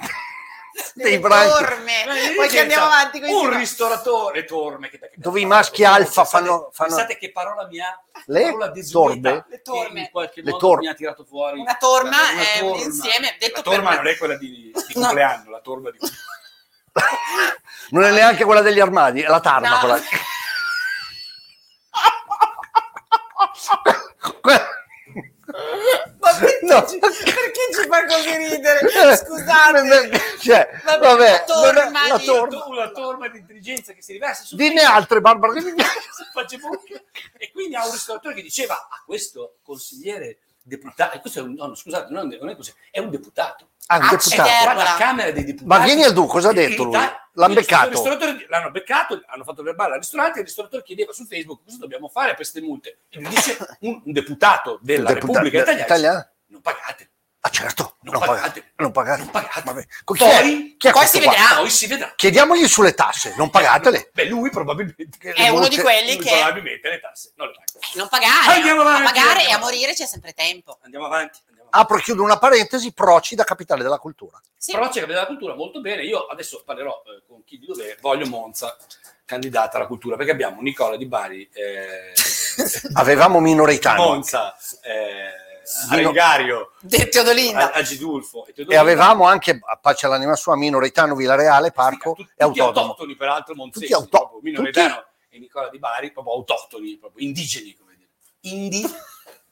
S1: dei
S3: Delle
S1: branchi.
S3: torme. Eh, Poi che
S4: L'intelligenza,
S3: andiamo avanti con i
S4: Un
S3: siti.
S4: ristoratore, torme, che- che-
S1: Dove i maschi alfa fanno- fanno-
S4: Pensate che parola mi ha...
S1: Le
S4: parola desueta,
S1: torbe?
S4: che
S3: Le torme.
S4: In qualche
S1: Le
S4: modo
S1: tor-
S4: mi ha tirato fuori.
S3: Una torma
S4: Una
S3: è un
S4: torma.
S3: insieme, detto
S4: La torma
S3: per-
S4: non è quella di, di
S3: No.
S4: compleanno, la torba di...
S1: Non è neanche quella degli armadi, è la tarma.
S3: No.
S1: quella.
S3: Ma perché,
S1: No.
S3: ci, perché ci fa così ridere? Scusate.
S1: Cioè,
S3: Vabbè,
S1: vabbè, non è-
S3: la torma
S1: la
S3: di-
S1: torma.
S4: Una torma di intelligenza che si riversa su
S1: Dine altre, Barbara.
S4: su Facebook. e quindi ha un ristoratore che diceva a questo consigliere deputato, e questo è un, no, no, scusate, non è, non è così, è un deputato.
S1: Ah, un
S3: Ah,
S1: deputato.
S3: c'è
S4: Va
S3: Erbola.
S4: alla Camera dei Deputati.
S1: Ma vieni al Du, cosa ha
S4: In
S1: detto lui?
S4: Italia-
S1: L'hanno
S4: il
S1: beccato?
S4: ristoratore- il ristoratore- l'hanno beccato, hanno fatto verbale al ristorante, il ristoratore chiedeva su Facebook cosa dobbiamo fare per queste multe. E gli dice un, un deputato della
S1: Deputato
S4: Repubblica Italiana,
S1: italiana?
S4: non pagate.
S1: Ah, certo,
S4: Non
S1: non pagate.
S4: pagate.
S1: Non pagate.
S4: Non pagate.
S1: Vabbè, con- Chi è,
S4: Poi-
S1: chi è
S3: poi
S1: questo
S3: si
S1: qua?
S3: vedrà.
S4: Poi si Eh. vedrà.
S1: Chiediamogli sulle tasse, non pagatele.
S4: Beh, lui probabilmente...
S3: È uno di quelli
S4: lui
S3: che
S4: probabilmente le tasse non le paga.
S3: non pagare.
S4: Andiamo
S3: a
S4: avanti.
S3: pagare e a morire c'è sempre tempo.
S4: Andiamo avanti. Andiamo avanti.
S1: Apro e chiudo una parentesi, Procida, capitale della cultura.
S3: Sì.
S4: Però c'è capitale della cultura molto bene. Io adesso parlerò eh, con chi di dovere. Voglio Monza, candidata alla cultura, perché abbiamo Nicola Di Bari, eh,
S1: Avevamo minoritano
S4: Monza, eh,
S1: Di no-
S4: Arengario,
S3: Detto Teodolinda.
S4: a- Agidulfo
S1: e avevamo anche, a pace all'anima sua, minoritano, Vilareale, Parco
S4: tutti,
S1: e Autodromo.
S4: autoctoni, peraltro monzesi,
S1: Tutti auto-
S4: proprio Minoredano e Nicola Di Bari, proprio autoctoni, proprio indigeni, come dire. Indi,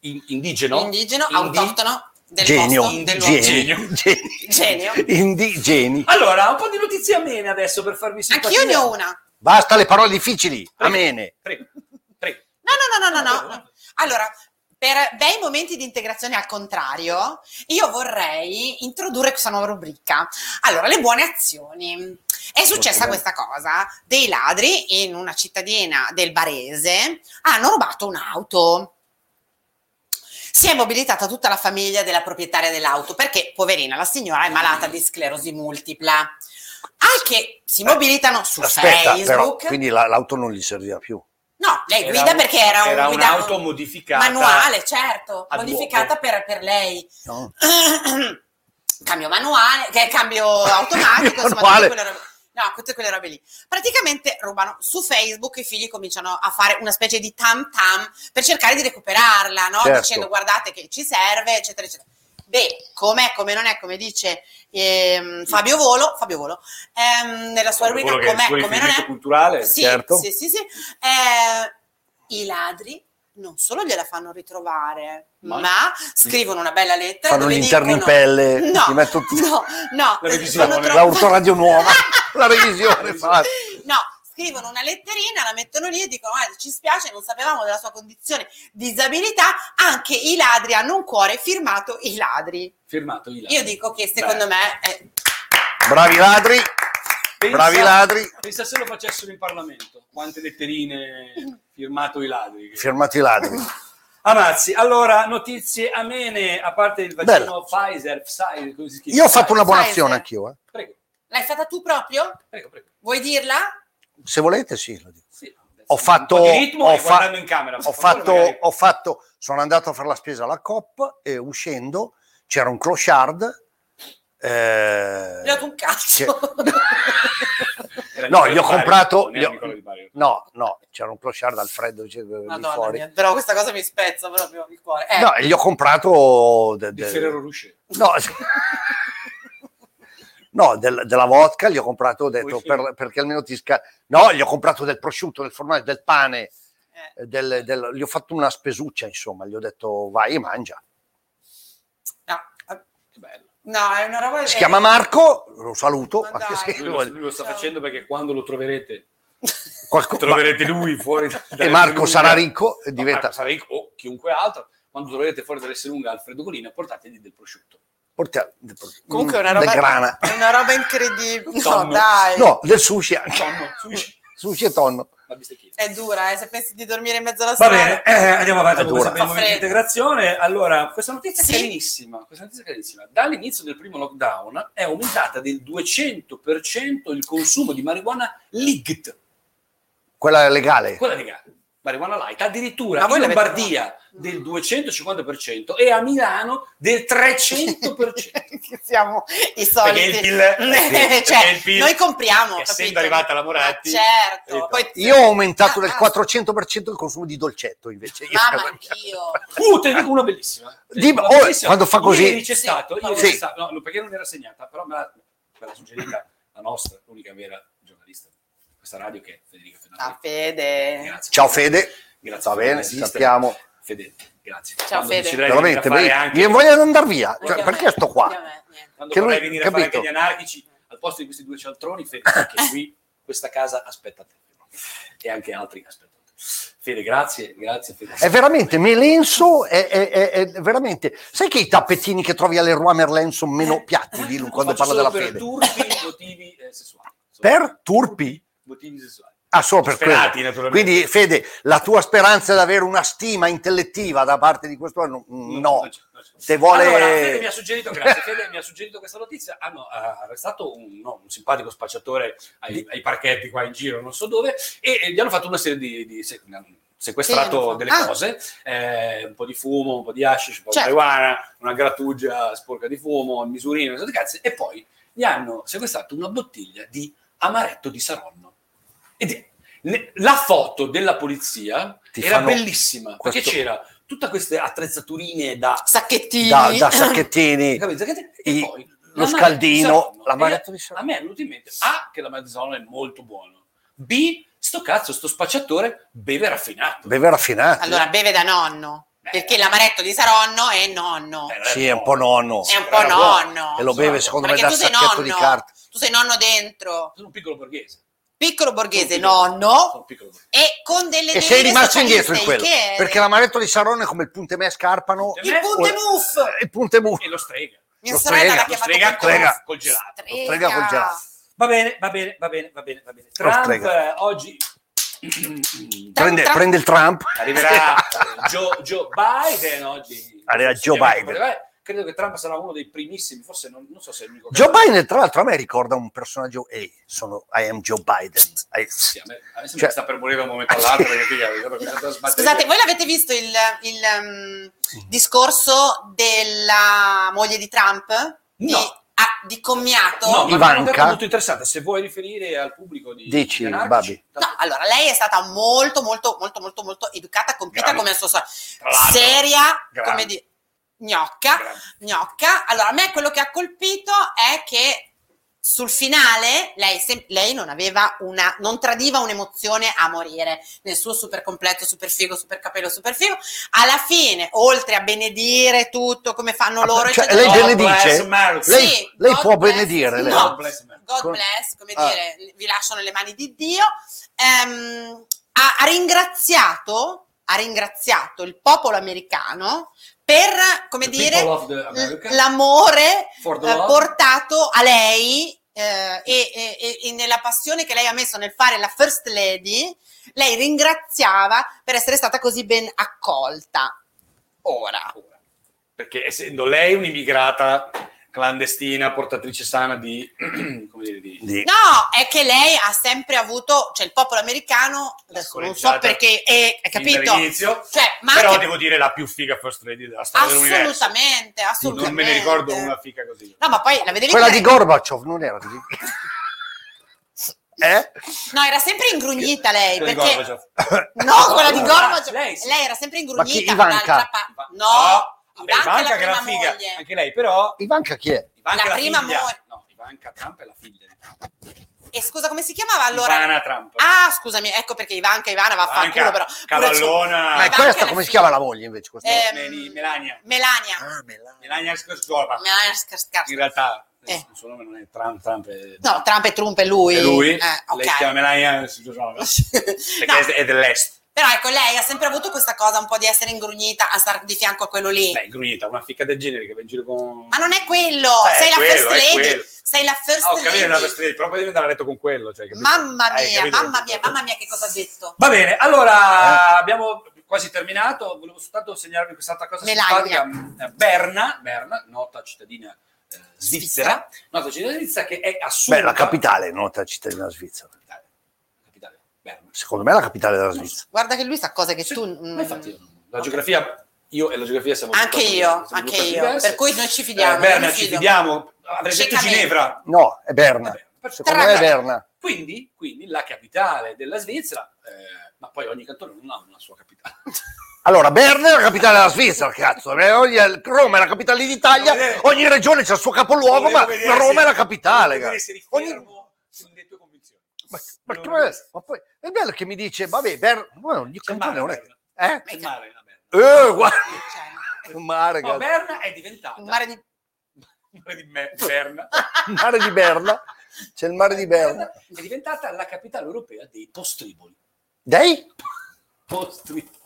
S4: in- indigeno,
S3: Indigeno,
S4: Indi-
S3: autoctono del
S1: Genio,
S3: posto, del luogo.
S1: genio, genio.
S3: Genio.
S1: Indi, geni.
S4: Allora, un po' di notizie amene adesso per farvi sentire.
S3: Anch'io ne ho una.
S1: Basta le parole difficili. Amene.
S4: Prego, prego.
S3: No, no, no, no, no, no. Allora, per bei momenti di integrazione al contrario, io vorrei introdurre questa nuova rubrica. Allora, le buone azioni. È successa
S1: Molto
S3: questa cosa. Dei ladri in una cittadina del Barese hanno rubato un'auto. Si è mobilitata tutta la famiglia della proprietaria dell'auto perché, poverina, la signora è malata di sclerosi multipla. Al che
S4: Eh,
S3: si mobilitano su
S1: Aspetta,
S3: Facebook.
S1: però, quindi la- l'auto non gli serviva più.
S3: No, lei
S4: Era
S3: Eh, guida
S4: un-
S3: perché era, un
S4: era
S3: guida-
S4: un'auto modificata
S3: manuale, certo,
S4: ad
S3: modificata
S4: uomo.
S3: per, per lei.
S1: No?
S3: cambio manuale, che è cambio automatico, insomma,
S1: manuale.
S3: tutte quelle robe. No, tutte quelle robe lì. Praticamente rubano su Facebook i figli cominciano a fare una specie di tam tam per cercare di recuperarla, no?
S1: Certo.
S3: Dicendo guardate che ci serve, eccetera, eccetera. Beh, com'è, come non è, come dice ehm, Fabio Volo, Fabio Volo, ehm, nella sua
S4: Quello
S3: rubrica
S4: che è il
S3: com'è,
S4: suo
S3: come non
S4: riferimento
S3: è,
S4: culturale,
S3: sì,
S1: certo.
S3: sì, sì, sì. Eh, I ladri non solo gliela fanno ritrovare, ma,
S4: Ma-
S3: scrivono una bella lettera.
S1: Fanno
S3: dove
S1: l'interno in
S3: dicono-
S1: pelle.
S3: No,
S1: ti metto tutto-
S3: no, no,
S4: La revisione.
S3: fanno troppo-
S1: L'autoradio nuova. La revisione fatta.
S3: No, scrivono una letterina, la mettono lì e dicono: "Guarda, ci spiace, non sapevamo della sua condizione di disabilità. Anche i ladri hanno un cuore firmato i ladri.
S4: firmato Ilan.
S3: Io dico che secondo
S4: Beh,
S3: me è-
S1: Bravi ladri. bravi ladri.
S4: Pensa se lo facessero in Parlamento, quante letterine firmato i ladri.
S1: Firmati i ladri.
S4: Amazzi, allora notizie amene, a parte il vaccino
S1: Bello.
S4: Pfizer, Pfizer, così si chiama.
S1: Io ho fatto una buona
S3: Pfizer.
S1: azione anch'io. eh.
S4: Prego,
S3: l'hai fatta tu proprio?
S4: prego, prego.
S3: Vuoi dirla?
S1: Se volete, sì. Lo dico.
S4: Sì,
S1: Ho
S4: un
S1: fatto,
S4: po' di ritmo
S1: ho,
S4: e
S1: fa-
S4: guardando in camera,
S1: ho
S4: per favore,
S1: fatto,
S4: magari.
S1: ho fatto- sono andato a fare la spesa alla COP e uscendo c'era un clochard. eh,
S3: Gli ho dato un cazzo.
S4: Era
S1: no,
S4: Nicola
S1: gli ho
S4: Di Bari,
S1: comprato-
S4: non era
S1: gli ho-
S4: Nicola Di Bari.
S1: no, no, c'era un clochard al freddo cioè, lì
S3: Madonna
S1: fuori.
S3: mia, però questa cosa mi spezza proprio il cuore. Eh,
S1: No, e gli ho comprato de-
S4: Di
S1: de-
S4: Ferrero Rocher.
S1: no, no, del- della vodka, gli ho comprato, ho detto,
S4: Ui, sì.
S1: per- perché almeno ti sca- No, gli ho comprato del prosciutto, del formaggio, del pane,
S3: eh.
S1: eh, del- del- gli ho fatto una spesuccia, insomma, gli ho detto vai e mangia.
S3: No,
S4: Che bello.
S3: no, è una roba...
S1: Si
S3: eh,
S1: chiama Marco, lo saluto,
S3: Ma
S1: anche
S3: dai.
S1: se-
S4: Lui lo, lui lo sta
S3: Ciao.
S4: facendo perché quando lo troverete,
S1: qualco-
S4: troverete lui fuori da-
S1: e
S4: dalle
S1: Marco
S4: Lunga.
S1: sarà ricco e
S4: No,
S1: diventa...
S4: Marco sarà ricco o chiunque altro, quando troverete fuori dall'Esselunga Alfredo Colina, portategli del prosciutto.
S1: portia-
S3: Comunque è una
S1: da
S3: roba...
S1: grana.
S3: È una roba incredibile. No,
S4: Tonno.
S3: dai.
S1: No, del sushi anche.
S4: Tonno, sushi,
S1: Sushi e tonno.
S4: la bistecchina.
S3: È dura, eh, se pensi di dormire in mezzo alla
S4: Va
S3: strada.
S4: bene, eh, andiamo avanti con
S1: Allora.
S4: questa prima
S3: Fa
S4: momento di
S3: freddo.
S4: integrazione. Allora, questa notizia è
S3: Sì.
S4: carinissima. Questa notizia è carinissima. Dall'inizio del primo lockdown è aumentata del 200% il consumo di marijuana light,
S1: Quella è legale.
S4: quella legale, marijuana light, addirittura
S3: Ma voi
S4: in
S3: l'avete
S4: Lombardia del 250% e a Milano del 300%.
S3: Che siamo i
S4: Perché il
S3: soliti.
S4: PIL- sì, perché
S3: cioè,
S4: il PIL-
S3: noi compriamo,
S4: essendo
S3: capito?
S4: arrivata la Moratti,
S3: Ma
S4: capito?
S3: certo. Poi-
S1: Io ho aumentato
S3: Ah,
S1: del
S3: ah,
S1: 400% il consumo di dolcetto invece.
S3: Mamma, anch'io.
S4: Uh, te ne dico una bellissima. Te ne
S1: Di-
S4: dico una
S1: oh, quando fa così-
S4: Ieri c'è stato, ieri
S1: Sì.
S4: c'è stato- no, no, perché non era segnata, però me l'ha, me l'ha suggerita la nostra, l'unica vera giornalista di questa radio che è Federica
S3: La
S4: Fedeli.
S3: Ah, Fede.
S4: Grazie.
S1: Ciao Fede,
S4: Grazie.
S1: va
S4: per
S1: bene,
S4: esistere.
S1: sappiamo.
S4: Fede, grazie.
S3: Ciao,
S4: Quando
S3: Fede.
S4: deciderai di venire
S1: Veramente,
S4: a fare
S1: mi
S4: anche-
S1: mi voglio andare via.
S3: Anche
S1: Cioè,
S3: a
S1: perché
S3: me,
S1: sto
S3: anche a
S1: qua?
S3: me, niente.
S4: Quando
S1: Che
S4: vorrai
S1: lui-
S4: venire a fare
S1: capito.
S4: anche gli anarchici, al posto di questi due cialtroni, Fede, perché qui questa casa aspetta te. E anche altri aspettano te. Fede, grazie, grazie Fede.
S1: È veramente melenso, è, è- è- è veramente... Sai che i tappetini che trovi alle Roi Merlin sono meno piatti di lui quando
S4: Eh, Lo faccio
S1: parla della
S4: solo per
S1: fede?
S4: turpi motivi eh, sessuali.
S1: Per turpi?
S4: Motivi sessuali.
S1: Ah, solo per
S4: Sperati,
S1: quello.
S4: naturalmente.
S1: Quindi Fede, la tua speranza di avere una stima intellettiva da parte di questo anno?
S4: No,
S1: No.
S4: non c'è, non c'è.
S1: Se vuole...
S4: Allora, Fede mi ha suggerito, grazie, Fede mi ha suggerito questa notizia. Hanno eh, arrestato un, no, un simpatico spacciatore ai, ai parchetti qua in giro, non so dove, e, e gli hanno fatto una serie di... di se- hanno
S3: Sì, hanno
S4: sequestrato
S3: fatto-
S4: delle
S3: Ah.
S4: cose, eh, un po' di fumo, un po' di hashish, un po'
S3: Certo.
S4: di marijuana, una grattugia sporca di fumo, un misurino, queste cazze, e poi gli hanno sequestrato una bottiglia di amaretto di Saronno. Ed- ne- la foto della polizia
S1: Ti
S4: era
S1: fanno
S4: bellissima,
S1: questo-
S4: perché c'era tutte queste attrezzaturine da
S3: Sacchettini.
S1: da, da sacchettini,
S4: capito? Che- e
S1: i-
S4: poi
S1: lo
S4: la
S1: scaldino,
S4: Marezzano.
S1: l'amaretto
S4: E
S1: di
S4: A
S1: Saronno.
S4: me è venuto in mente A che la Mazzano è molto buono. B sto cazzo, sto spacciatore beve raffinato.
S1: Beve raffinato.
S3: Allora, beve da nonno.
S4: Beh.
S3: Perché l'amaretto di Saronno è nonno.
S4: Eh,
S1: Sì, è un po' nonno.
S3: È un
S4: sì,
S3: po'
S4: era buono.
S3: nonno.
S1: E lo beve secondo me
S3: Perché
S1: da
S3: tu sei
S1: sacchetto di
S3: nonno.
S1: carta.
S3: Tu sei nonno dentro.
S4: Sono un piccolo borghese.
S3: piccolo borghese
S4: Sono piccolo.
S3: nonno
S4: Sono piccolo.
S3: e con delle
S1: E sei rimasto indietro in quello.
S3: perché
S1: Perché l'amaretto di Sarone è come il puntemè scarpano.
S4: Puntemè?
S3: il punte
S1: o-
S3: muff
S1: Il puntemù.
S4: E lo strega.
S3: mia
S1: lo
S3: sorella
S1: frega,
S3: l'ha
S1: lo
S3: chiamato
S4: frega,
S3: punte
S1: frega.
S3: muff.
S4: Col gelato.
S1: Lo frega col gelato.
S4: Va bene, va bene, va bene, va bene, va bene. Trump
S1: strega.
S4: eh, oggi
S1: Prende,
S3: Tra-
S1: prende il Trump.
S4: arriverà eh, Joe, Joe Biden oggi.
S1: Arriva Joe Biden.
S4: Credo che Trump sarà uno dei primissimi, forse non, non so se è l'unico.
S1: Joe Biden, tra l'altro, a me ricorda un personaggio. Ehi, sono I am Joe Biden. I-
S4: Sì, a me, a me sembra
S1: Cioè-
S4: che sta per morire da un momento all'altro perché qui ha cominciato a sbattere.
S3: Scusate, voi l'avete visto il, il, um, discorso della moglie di Trump? Di,
S4: No.
S3: ah, di commiato?
S4: No, ma
S1: Ivanka?
S4: è una cosa molto interessante. Se vuoi riferire al pubblico di
S1: Dici,
S4: di anarchici,
S1: Babi.
S4: tanto-
S3: No, allora lei è stata molto, molto, molto, molto, molto educata, compita
S4: Grande.
S3: come al suo solito.
S4: Tra l'altro,
S3: Seria,
S4: grande.
S3: come di gnocca, gnocca. Allora, a me quello che ha colpito è che sul finale lei, sem- lei non aveva una, non tradiva un'emozione a morire nel suo super completo, super figo, super capello, super figo. Alla fine, oltre a benedire tutto come fanno
S1: Ah,
S3: loro,
S1: cioè,
S3: eccetera,
S1: lei
S4: God
S1: benedice?
S4: bless America.
S1: Lei-
S3: Sì,
S1: lei
S3: God
S1: può
S3: bless-
S1: benedire, lei.
S3: no,
S4: God bless America.
S3: God
S1: Con-
S3: bless, come
S1: Ah.
S3: dire, vi lascio nelle mani di Dio. Ehm, ha, ha ringraziato, ha ringraziato il popolo americano per,
S4: The
S3: come
S4: people
S3: dire,
S4: of the America,
S3: l- l'amore
S4: for the
S3: eh,
S4: love.
S3: portato a lei eh, e, e- e- e nella passione che lei ha messo nel fare la first lady, lei ringraziava per essere stata così ben accolta. Ora,
S4: Ora, Perché essendo lei un'immigrata clandestina, portatrice sana di... come dire, di...
S1: Di-
S3: No, è che lei ha sempre avuto, cioè il popolo americano, adesso non so
S4: scorreggiata
S3: perché, è, è capito?
S4: dall'inizio,
S3: Cioè, ma
S4: Però
S3: anche-
S4: devo dire la più figa first lady della storia dell'universo.
S3: assolutamente, assolutamente.
S4: Non me ne ricordo una figa così.
S3: No, ma poi la vedevi
S1: Quella
S3: che-
S1: di Gorbaciov non era così. Eh?
S3: No, era sempre ingrugnita lei,
S4: Quella di
S3: perché
S4: Gorbaciov.
S3: No, quella di
S4: Ah,
S3: Gorbaciov.
S4: lei
S3: lei,
S4: sì. Ah.
S3: era sempre
S1: Ma chi,
S3: ingrugnita
S1: Ivanka?
S3: dall'altra parte.
S4: Va-
S3: Ah, No,
S4: vabbè,
S3: Ivanka è la
S4: che
S3: prima
S4: era figa,
S3: moglie.
S4: anche lei, però
S1: Ivanka chi è?
S4: Ivanka
S3: La
S4: è
S3: prima
S4: figlia-
S3: moglie.
S4: No, Ivanka Trump è la figlia di Trump.
S3: E scusa, come si chiamava allora?
S4: Ivana Trump.
S3: Ah, scusami, ecco perché Ivanka Ivana va a fare
S4: Ivanka,
S3: culo però. Pure su-
S4: cavallona.
S1: Ma è
S3: Ah. Ivanka
S1: questa
S3: la
S1: come si
S3: figlia.
S1: chiama la moglie invece? Questa
S3: Eh,
S4: Meni- Melania.
S3: Melania. Ah,
S1: Ah, Melania.
S4: Melania Scorba.
S3: Melania Scarpa.
S4: In realtà
S3: Eh.
S4: il suo nome non è Trump, Trump è...
S3: No, Trump e Trump è lui.
S4: è lui.
S3: Eh, ok.
S4: Lei si chiama Melania Scorba.
S3: No,
S4: Perché è dell'est.
S3: Però ecco, lei ha sempre avuto questa cosa un po' di essere ingrugnita a stare di fianco a quello lì.
S4: Beh, grugnita, una fica del genere che va in giro con...
S3: Ma non è quello,
S4: Eh,
S3: sei la
S4: quello,
S3: first
S4: è
S3: lady.
S4: quello.
S3: Sei la first
S4: Ah, ho capito, è una
S3: lady.
S4: first lady, però poi devi andare a letto con quello. Cioè, capito?
S3: Mamma
S4: Hai
S3: mia,
S4: capito?
S3: mamma mia, mamma mia che cosa ha detto.
S4: Va bene,
S1: Eh.
S4: allora abbiamo quasi terminato. Volevo soltanto segnalarvi quest'altra cosa
S3: Melania.
S4: simpatica. Eh, Berna, Berna, nota cittadina eh, svizzera, nota cittadina svizzera che è assurda.
S1: Beh, la capitale, nota cittadina svizzera.
S4: Capitale, capitale, Berna.
S1: Secondo me è la capitale della Svizzera.
S3: Guarda che lui sa cose che
S4: Sì,
S3: tu...
S4: ma
S3: mm,
S4: infatti io non- la geografia io e la geografia siamo
S3: Anche
S4: due cose-
S3: io,
S4: siamo due
S3: anche
S4: cose
S3: io,
S4: diverse.
S3: per cui noi ci fidiamo,
S4: Eh, Berna
S3: io mi
S4: ci
S3: fido.
S4: fidiamo avrei detto
S3: Ciecamente.
S4: Ginevra
S1: No, è Berna.
S4: Vabbè, per-
S1: Secondo me è
S3: Raga.
S1: Berna.
S4: quindi, quindi la capitale della Svizzera eh, ma poi ogni cantone non ha una sua capitale
S1: Allora, Berna è la capitale della Svizzera, cazzo. Eh, ogni- Roma è la capitale d'Italia,
S4: Volevo vedere-
S1: ogni regione ha il suo capoluogo, ma
S4: Volevo vedere
S1: Roma
S4: se-
S1: è la capitale.
S4: volevo
S1: cara.
S4: vedere se
S1: Ogni-
S4: rifermo sulle tue convinzioni
S1: Ma, ma che-
S4: Non-
S1: ma poi è bello che mi dice, vabbè, Berna, ma ogni
S4: C'è il
S1: cantone
S4: mare,
S1: non è...
S4: Berna.
S1: Eh?
S4: C'è il mare, Cioè, la Berna.
S1: Eh, guarda,
S3: Cioè,
S1: un mare,
S4: No,
S1: cazzo.
S4: Berna è diventata
S3: un mare di...
S4: il mare di me- Berna
S1: Il mare di Berna. C'è il mare di Berna.
S4: è diventata la capitale europea dei postriboli
S1: Dai?
S4: postriboli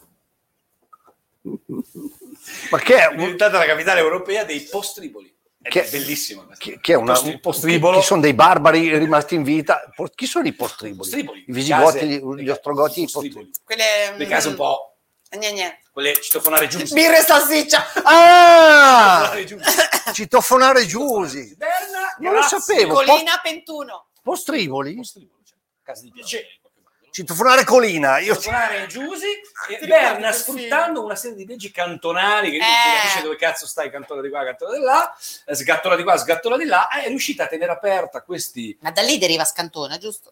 S1: Ma che è
S4: è
S1: un...
S4: diventata la capitale europea dei postriboli. Ed
S1: Che-
S4: è bellissima questa.
S1: Che, che è una,
S4: Postri-
S1: un-
S4: postribolo.
S1: Chi, chi sono dei barbari rimasti in vita? Po- Chi sono i postriboli?
S4: Postriboli,
S1: I visigoti,
S4: case-
S1: gli, gli ostrogoti, i postriboli.
S3: Quelle... mm,
S4: Le case un po'
S3: Gne, gne.
S4: quelle citofonare giuste.
S3: Birra e salsiccia.
S1: Ah!
S4: Citofonare giuste.
S1: Citofonare Giusi.
S4: Berna,
S1: Non lo
S4: grazie.
S1: sapevo.
S3: Colina Pentuno.
S1: Postriboli?
S4: Postribolo, cioè, casa di piacere. in qualche modo, no?
S1: Citofonare Colina. Io...
S4: Citofonare Giusi e
S3: Ti ricordi
S4: Berna
S3: che
S4: sfruttando una serie di leggi cantonali che non
S3: Eh.
S4: si capisce dove cazzo stai, cantola di qua, cantola di là, eh, sgattola di qua, sgattola di là, eh, è riuscita a tenere aperta questi
S3: Ma da lì deriva Scantona, giusto?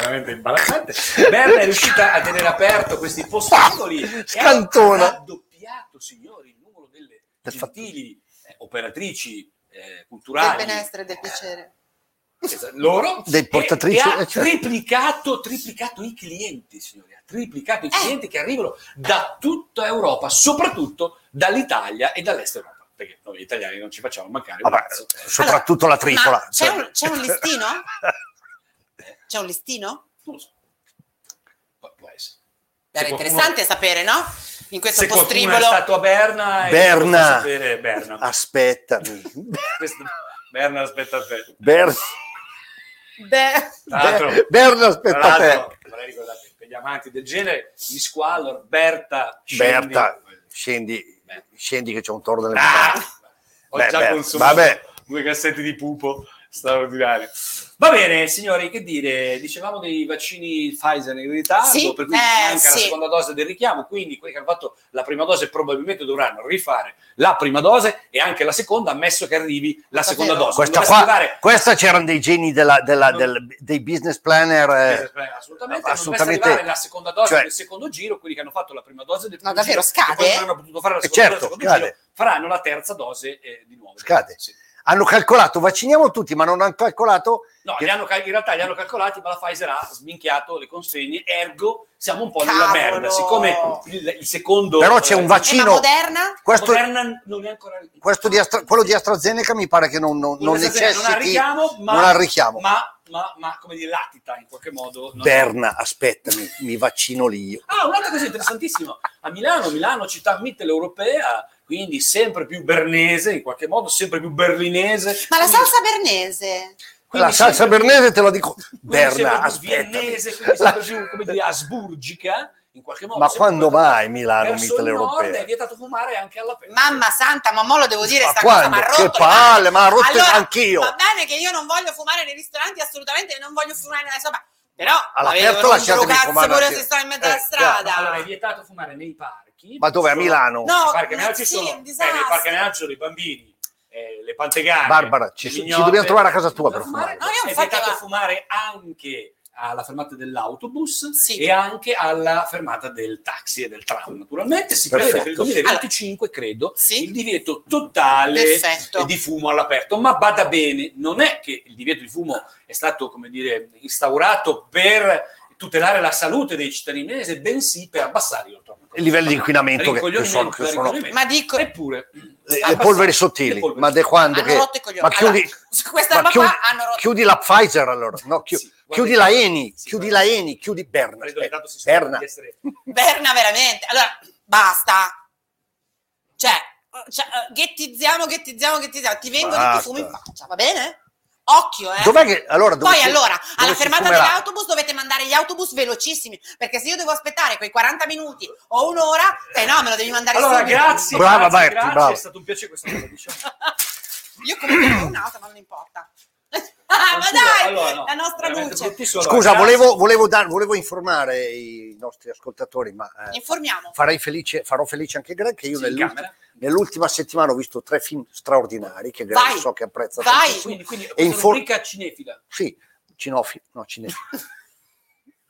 S4: veramente imbarazzante. Berna è riuscita a tenere aperto questi postacoli
S1: Scantona.
S4: e ha raddoppiato, signori, il numero delle
S1: Del fatto-
S4: gentili eh, operatrici eh,
S3: Del
S4: culturali
S3: benessere, del piacere.
S4: eh, loro
S1: Del
S4: e-
S1: portatrice,
S4: e ha
S1: eh, certo.
S4: triplicato, triplicato i clienti, signori, ha triplicato i clienti che arrivano da tutta Europa, soprattutto dall'Italia e dall'est Europa. perché noi italiani non ci facciamo mancare un
S1: Vabbè,
S4: pezzo.
S1: soprattutto la tritola.
S3: Ma c'è un, c'è un listino? C'è un listino?
S4: Non lo so. Pu- può essere.
S3: Era
S4: Se qualcuno-
S3: interessante sapere, no? In questo
S4: Se qualcuno è
S3: postribolo.
S4: stato a Berna, e
S1: Berna. Ah.
S4: lo fa sapere, Berna.
S1: Aspettami.
S4: Questo- Berna aspetta a te.
S1: Ber-
S3: Beh,
S4: Tra l'altro-
S1: Ber- Berna,
S4: Tra
S1: aspetta te.
S4: l'altro, vorrei ricordare per gli amanti del genere, gli Squallor, Berta, scendi.
S1: Berta, scendi, scendi che c'è un toro nelle
S4: Ah!
S1: mani.
S4: Ho
S1: Beh,
S4: già
S1: beh,
S4: consumato
S1: vabbè.
S4: due cassetti di pupo straordinario. Va bene, signori, che dire? Dicevamo dei vaccini Pfizer in ritardo,
S3: Sì,
S4: per cui
S3: eh,
S4: manca la
S3: sì.
S4: seconda dose del richiamo, quindi quelli che hanno fatto la prima dose probabilmente dovranno rifare la prima dose e anche la seconda, ammesso che arrivi la seconda
S3: Davvero?
S4: dose.
S1: Questa,
S4: Dovresti
S1: qua,
S4: arrivare-
S1: questa c'erano dei geni della- della-
S4: No.
S1: del- dei business planner. eh.
S4: assolutamente,
S1: assolutamente.
S4: assolutamente. Non arrivare la seconda dose
S1: Cioè-
S4: del secondo giro, quelli che hanno fatto la prima dose del
S3: No,
S4: primo
S3: davvero,
S4: giro,
S3: scade?
S4: che poi non hanno potuto fare la
S1: Eh,
S4: seconda
S1: certo,
S4: dose del secondo
S1: scade.
S4: giro, faranno la terza dose eh, di nuovo.
S1: Scade.
S4: Sì.
S1: Hanno calcolato, vacciniamo tutti, ma non hanno calcolato.
S4: No,
S1: Che-
S4: li hanno cal- in realtà li hanno calcolati, ma la Pfizer ha sminchiato le consegne, ergo siamo un po' nella
S3: Cavolo!
S4: merda. Siccome il, il secondo...
S1: Però c'è un
S4: vaccino
S3: è
S1: vaccino.
S3: moderna?
S1: Questo,
S4: non è ancora...
S1: questo di Astra- quello di AstraZeneca mi pare che non, non, non necessiti.
S4: non ha richiamo, ma,
S1: non ha richiamo.
S4: Ma, ma- ma, come dire, latita in qualche modo. non-
S1: Berna, aspettami, mi vaccino lì io.
S4: Ah, un'altra cosa interessantissima. A Milano, Milano città mitteleuropea, quindi sempre più bernese in qualche modo, sempre più berlinese.
S3: Ma la
S4: Quindi-
S3: salsa bernese?
S4: quindi
S1: la salsa
S4: sempre più-
S1: bernese te la dico.
S4: quindi
S1: Berna,
S4: sempre più
S1: aspettami.
S4: viennese, quindi
S1: La-
S4: sempre più, come dire, asburgica, in qualche modo.
S1: Ma
S4: sempre
S1: quando
S4: più-
S1: mai Milano
S4: verso il nord è
S1: mitteleuropea?
S4: vietato fumare anche all'aperto.
S3: Mamma santa, ma mo lo devo dire
S1: Ma
S3: sta cosa,
S1: quando?
S3: ma ha
S1: Che
S3: rotto le
S1: palle, ma ha rotto
S3: Allora,
S1: anch'io.
S3: Va bene che io non voglio fumare nei ristoranti, assolutamente non voglio fumare nella sopa, però
S1: All'aperto
S3: avevo
S1: lasciatemi
S3: un cazzo
S1: fumare
S3: pure
S1: anche-
S3: se sto in mezzo alla
S1: Eh,
S3: strada.
S4: Allora è vietato fumare nei parchi.
S1: Ma dove? A
S4: Sono-
S1: Milano?
S3: No,
S4: Nei parchi
S3: ma
S4: a Milano ci
S3: sì,
S4: sono
S3: è un
S4: eh,
S3: disastro.
S4: nei parchi a Milano ci sono i bambini, eh, le pantegane.
S1: Barbara, ci-
S4: le
S1: ci
S4: mignotte.
S1: dobbiamo trovare a casa tua per
S4: Dobbiamo
S1: fumare.
S3: No, io
S4: è
S3: infatti
S4: vietato
S3: va-
S4: fumare anche alla fermata dell'autobus
S3: Sì.
S4: e anche alla fermata del taxi e del tram. Naturalmente si prevede per il
S1: Perfetto.
S4: 2025, credo,
S3: Sì.
S4: il divieto totale
S3: Perfetto.
S4: di fumo all'aperto. Ma bada bene, non è che il divieto di fumo è stato, come dire, instaurato per tutelare la salute dei cittadini milanesi, bensì per abbassare il tono.
S1: I livelli di inquinamento che- che sono- che sono-
S3: Ma dico-
S4: Eppure,
S1: Le, Eh,
S4: Ah,
S1: le polveri sottili, ma da quando
S3: Hanno
S1: che...
S3: rotto i coglioni.
S1: Ma chiudi,
S3: Allora, su questa
S1: ma
S3: roba
S1: chiudi-
S3: qua hanno rotto.
S1: chiudi la Pfizer allora, no, chi-
S4: Sì, guarda-
S1: chiudi la Eni,
S4: Sì,
S1: chiudi la
S4: guarda-
S1: Eni, chiudi Berna. Eh,
S4: Credo che tanto si scordi
S1: Berna,
S4: di essere
S3: Berna veramente. Allora, basta. Cioè, cioè, eh, ghettizziamo, ghettizziamo, ghettizziamo. Ti vengono e
S1: Basta.
S3: ti fumo in faccia, va bene? Occhio, eh.
S1: dov'è che... Allora, dove
S3: Poi
S1: si-
S3: allora,
S1: dove
S3: alla
S1: si
S3: fermata
S1: fumerà?
S3: dell'autobus dovete mandare gli autobus velocissimi, perché se io devo aspettare quei 40 minuti o un'ora, eh no, me lo devi mandare
S4: Allora,
S3: subito.
S4: grazie.
S1: Brava,
S4: grazie,
S1: Berti,
S4: grazie,
S1: brava.
S4: È stato un piacere questa cosa. Diciamo.
S3: Io comunque ne ho un'altra, ma non importa. Ah, ma
S4: Anch'io,
S3: dai,
S4: allora, no,
S3: la nostra
S4: veramente
S3: luce.
S4: brutti sono.
S1: Scusa,
S4: Grazie.
S1: volevo, volevo dar- volevo informare i nostri ascoltatori, ma eh,
S3: Informiamo.
S1: farei felice, farò felice anche Greg, che io
S4: Sì, in
S1: nell'ulti-
S4: camera.
S1: nell'ultima settimana ho visto tre film straordinari che Greg
S3: Vai.
S1: so che apprezza
S3: Vai.
S1: tantissimo.
S4: Quindi, quindi
S1: E in
S4: questa
S1: for-
S4: rubrica cinefila.
S1: Sì, cinofilo, no, cinefilo.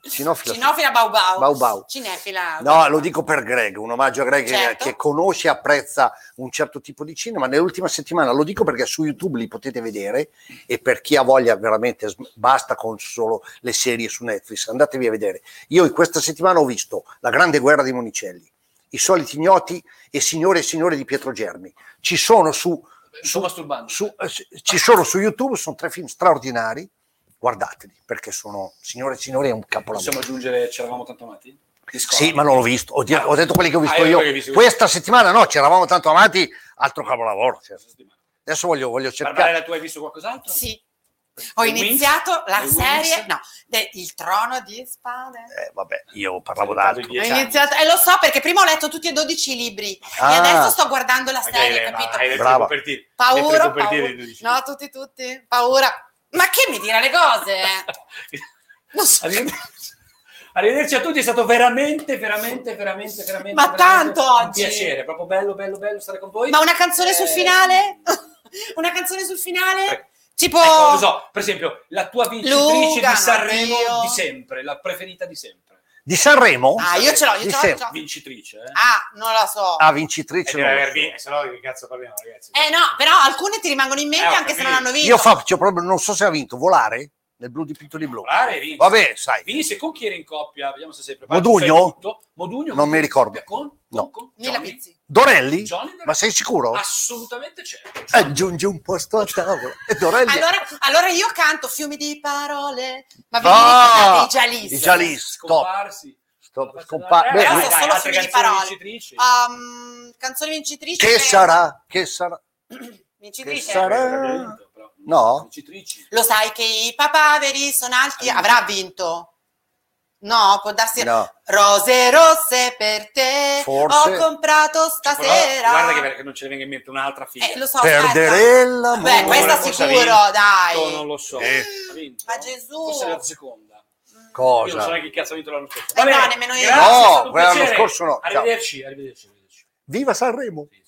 S1: Cinofilo.
S3: Cinofila Bau Bau.
S1: Bau Bau.
S3: Cinefila.
S1: No, lo dico per Greg, un omaggio a Greg che-
S3: Certo.
S1: che conosce e apprezza un certo tipo di cinema. Nell'ultima settimana lo dico perché su YouTube li potete vedere e per chi ha voglia veramente sm- basta con solo le serie su Netflix, andatevi a vedere. Io in questa settimana ho visto La Grande Guerra dei Monicelli, I Soliti Ignoti e Signore e Signore di Pietro Germi. Ci sono su,
S4: Sto masturbando.
S1: su- eh, s- ci sono su YouTube, sono tre film straordinari, guardateli perché sono Signore e Signore è un capolavoro.
S4: Possiamo aggiungere, ci eravamo tanto amati? Discord.
S1: Sì, ma non l'ho visto. Ho, di- ho detto quelli che ho
S4: Ah,
S1: visto
S4: io
S1: io.
S4: quelli che ho visto.
S1: Questa settimana no, ci eravamo tanto avanti, altro capolavoro. cioè. Adesso voglio, voglio
S4: Barbara,
S1: cercare.
S4: tu hai visto qualcos'altro?
S3: Sì. Ho
S4: The
S3: iniziato
S4: Wings?
S3: la
S4: The
S3: serie,
S4: Wings?
S3: no, de- Il trono di spade.
S1: Eh, vabbè, io parlavo
S4: Salutato i
S1: d'altro.
S3: Ho
S4: dieci
S3: iniziato, e lo so perché prima ho letto tutti e 12 i libri
S1: esatto. Ah.
S3: e adesso sto guardando la
S4: anni.
S3: serie,
S4: Perché, ma
S3: capito?
S4: hai letto
S1: Brava.
S4: i copertini. Hai letto
S3: Paura,
S4: i copertini
S3: paura.
S4: dei dodici.
S3: No, tutti, tutti, paura. Ma che mi dire le cose? Non so.
S4: Arrivederci. Arrivederci a tutti, è stato veramente, veramente, veramente, veramente.
S3: Ma
S4: veramente
S3: tanto
S4: un
S3: oggi.
S4: piacere, proprio bello, bello, bello stare con voi.
S3: Ma una canzone sul
S4: Eh,
S3: finale? Boh. Una canzone sul
S1: Eh,
S3: finale? Tipo...
S4: Ecco, lo so, per esempio, la tua vincitrice
S3: Lugano,
S4: di Sanremo
S3: Dio.
S4: di sempre, la preferita di sempre.
S1: Di Sanremo?
S3: Ah, io ce l'ho,
S1: Di
S3: io ce l'ho,
S1: San-
S3: io ce l'ho.
S4: Vincitrice, eh?
S3: Ah, non la so.
S1: Ah, vincitrice. non lo so.
S4: se no che cazzo parliamo, ragazzi?
S3: Eh no, però alcune ti rimangono in mente
S4: Eh, ho
S3: anche se non
S4: capito.
S3: hanno vinto.
S1: Io faccio proprio, non so se ha vinto, volare nel blu dipinto di blu.
S4: Volare vince.
S1: Vabbè, sai.
S4: Vinse con chi era in coppia? Vediamo se sei preparato.
S1: Modugno?
S4: Sai tutto. Modugno?
S1: Non mi ricordo.
S4: Con?
S1: No.
S4: Con?
S3: Mila
S4: Johnny?
S3: pizzi.
S1: Dorelli?
S4: Johnny Dorelli.
S1: Ma sei sicuro?
S4: Ah, Assolutamente certo.
S1: Aggiungi un posto a tavola. E Dorelli...
S3: Allora, allora io canto fiumi di parole, ma vi
S1: Ah,
S3: ricordate i Jalis?
S1: i Jalis. Stop.
S4: Scomparsi.
S1: Stop,
S4: Alla
S1: scompa-
S4: faccia
S1: Beh,
S4: della-
S3: lui-
S4: Eh, dai,
S3: Solo
S4: altre
S3: figli di
S4: canzoni
S3: parole.
S4: vincitrici.
S3: Um, canzone vincitrice.
S1: Che sarà? Che sarà?
S3: Vincitrice.
S1: che sarà?
S4: Veramente, però,
S1: No?
S4: vincitrici.
S3: Lo sai che i papaveri sono alti. Avrà vinto. No, può darsi.
S1: No.
S3: Rose rosse per te.
S1: Forse.
S3: Ho comprato
S4: Cioè, però,
S3: stasera.
S4: Guarda che, che non ce ne venga in mente un'altra figa.
S3: Eh, lo so,
S1: Perderella
S3: aspetta. Beh, questa
S4: Forse
S3: sicuro,
S4: ha vinto, Non
S3: dai.
S4: lo so.
S1: Eh.
S4: Ha vinto?
S3: Ma Gesù.
S4: Forse la seconda. Io non so
S1: Cosa?
S4: neanche chi cazzo ha vinto l'anno scorso.
S3: Eh
S4: Va bene,
S3: no, nemmeno io.
S4: grazie, è stato
S1: No,
S4: un
S1: l'anno
S4: piacere.
S1: scorso no. Ciao.
S4: Arrivederci, arrivederci, arrivederci.
S1: Viva Sanremo!
S4: Sì.